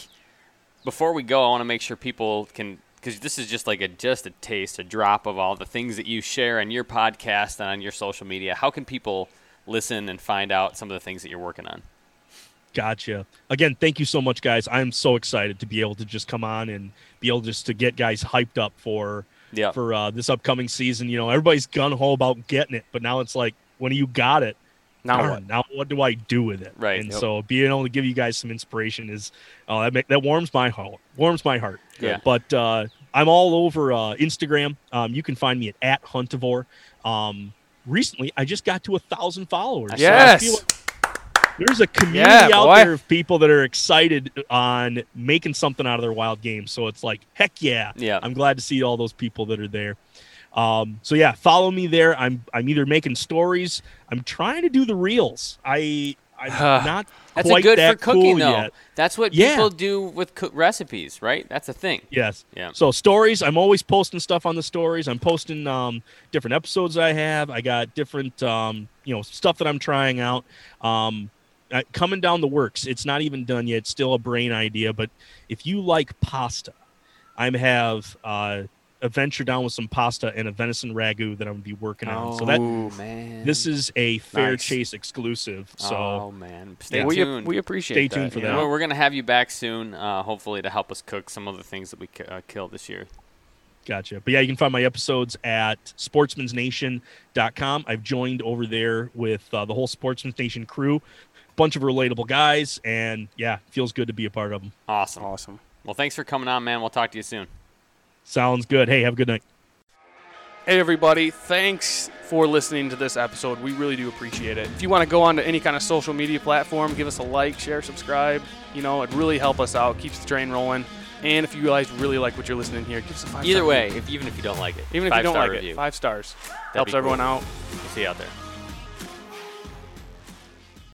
Speaker 4: before we go, I want to make sure people can because this is just like a just a taste, a drop of all the things that you share on your podcast and on your social media. How can people listen and find out some of the things that you're working on?
Speaker 5: Gotcha. Again, thank you so much, guys. I'm so excited to be able to just come on and be able just to get guys hyped up for
Speaker 4: Yeah.
Speaker 5: for uh, this upcoming season. You know, everybody's gun ho about getting it, but now it's like when you got it,
Speaker 2: now
Speaker 5: darn,
Speaker 2: what?
Speaker 5: now what do I do with it?
Speaker 4: Right,
Speaker 5: And
Speaker 4: yep.
Speaker 5: so being able to give you guys some inspiration is uh, that make, that warms my heart. Warms my heart.
Speaker 4: Yeah.
Speaker 5: But uh, I'm all over uh, Instagram. Um, you can find me at, at Huntivore. Um, recently, I just got to a thousand followers. So I feel
Speaker 2: Yes.
Speaker 5: there's a community
Speaker 2: Yeah,
Speaker 5: out
Speaker 2: boy.
Speaker 5: there of people that are excited on making something out of their wild games. So it's like, heck yeah.
Speaker 4: Yeah.
Speaker 5: I'm glad to see all those people that are there. Um, so yeah, follow me there. I'm I'm either making stories. I'm trying to do the reels. I I'm not
Speaker 4: That's
Speaker 5: quite
Speaker 4: a good
Speaker 5: that
Speaker 4: for cooking
Speaker 5: cool
Speaker 4: though.
Speaker 5: yet.
Speaker 4: That's what
Speaker 5: Yeah.
Speaker 4: people do with coo- recipes, right? That's a thing.
Speaker 5: Yes.
Speaker 4: Yeah.
Speaker 5: So stories, I'm always posting stuff on the stories. I'm posting um, different episodes I have. I got different um, you know stuff that I'm trying out. Um, uh, coming down the works. It's not even done yet. It's still a brain idea. But if you like pasta, I have uh, a venture down with some pasta and a venison ragu that I'm gonna be working on. So that
Speaker 4: oh, man.
Speaker 5: this is a fair
Speaker 2: Nice.
Speaker 5: chase exclusive. So
Speaker 4: oh man, stay
Speaker 5: Yeah.
Speaker 2: we, ap-
Speaker 4: tuned.
Speaker 2: we appreciate
Speaker 5: Stay
Speaker 2: that,
Speaker 5: tuned for
Speaker 2: you
Speaker 5: that.
Speaker 2: know?
Speaker 4: Well, we're gonna have you back soon, uh, hopefully to help us cook some of the things that we c- uh, killed this year.
Speaker 5: Gotcha. But yeah, you can find my episodes at sportsmansnation.com. I've joined over there with uh, the whole Sportsman's Nation crew, bunch of relatable guys, and yeah, feels good to be a part of them.
Speaker 4: Awesome.
Speaker 2: Awesome.
Speaker 4: Well, thanks for coming on, man. We'll talk to you soon.
Speaker 5: Sounds good. Hey, have a good night.
Speaker 2: Hey, everybody. Thanks for listening to this episode. We really do appreciate it. If you want to go on to any kind of social media platform, give us a like, share, subscribe. You know, it really helps us out, keeps the train rolling. And if you guys really like what you're listening here, give us a five
Speaker 4: Either way, if, even if you don't like it,
Speaker 2: Even if you don't
Speaker 4: five-star
Speaker 2: like
Speaker 4: review.
Speaker 2: it, five stars.
Speaker 4: That'd
Speaker 2: helps
Speaker 4: be
Speaker 2: everyone
Speaker 4: cool.
Speaker 2: out.
Speaker 4: We'll see you out there.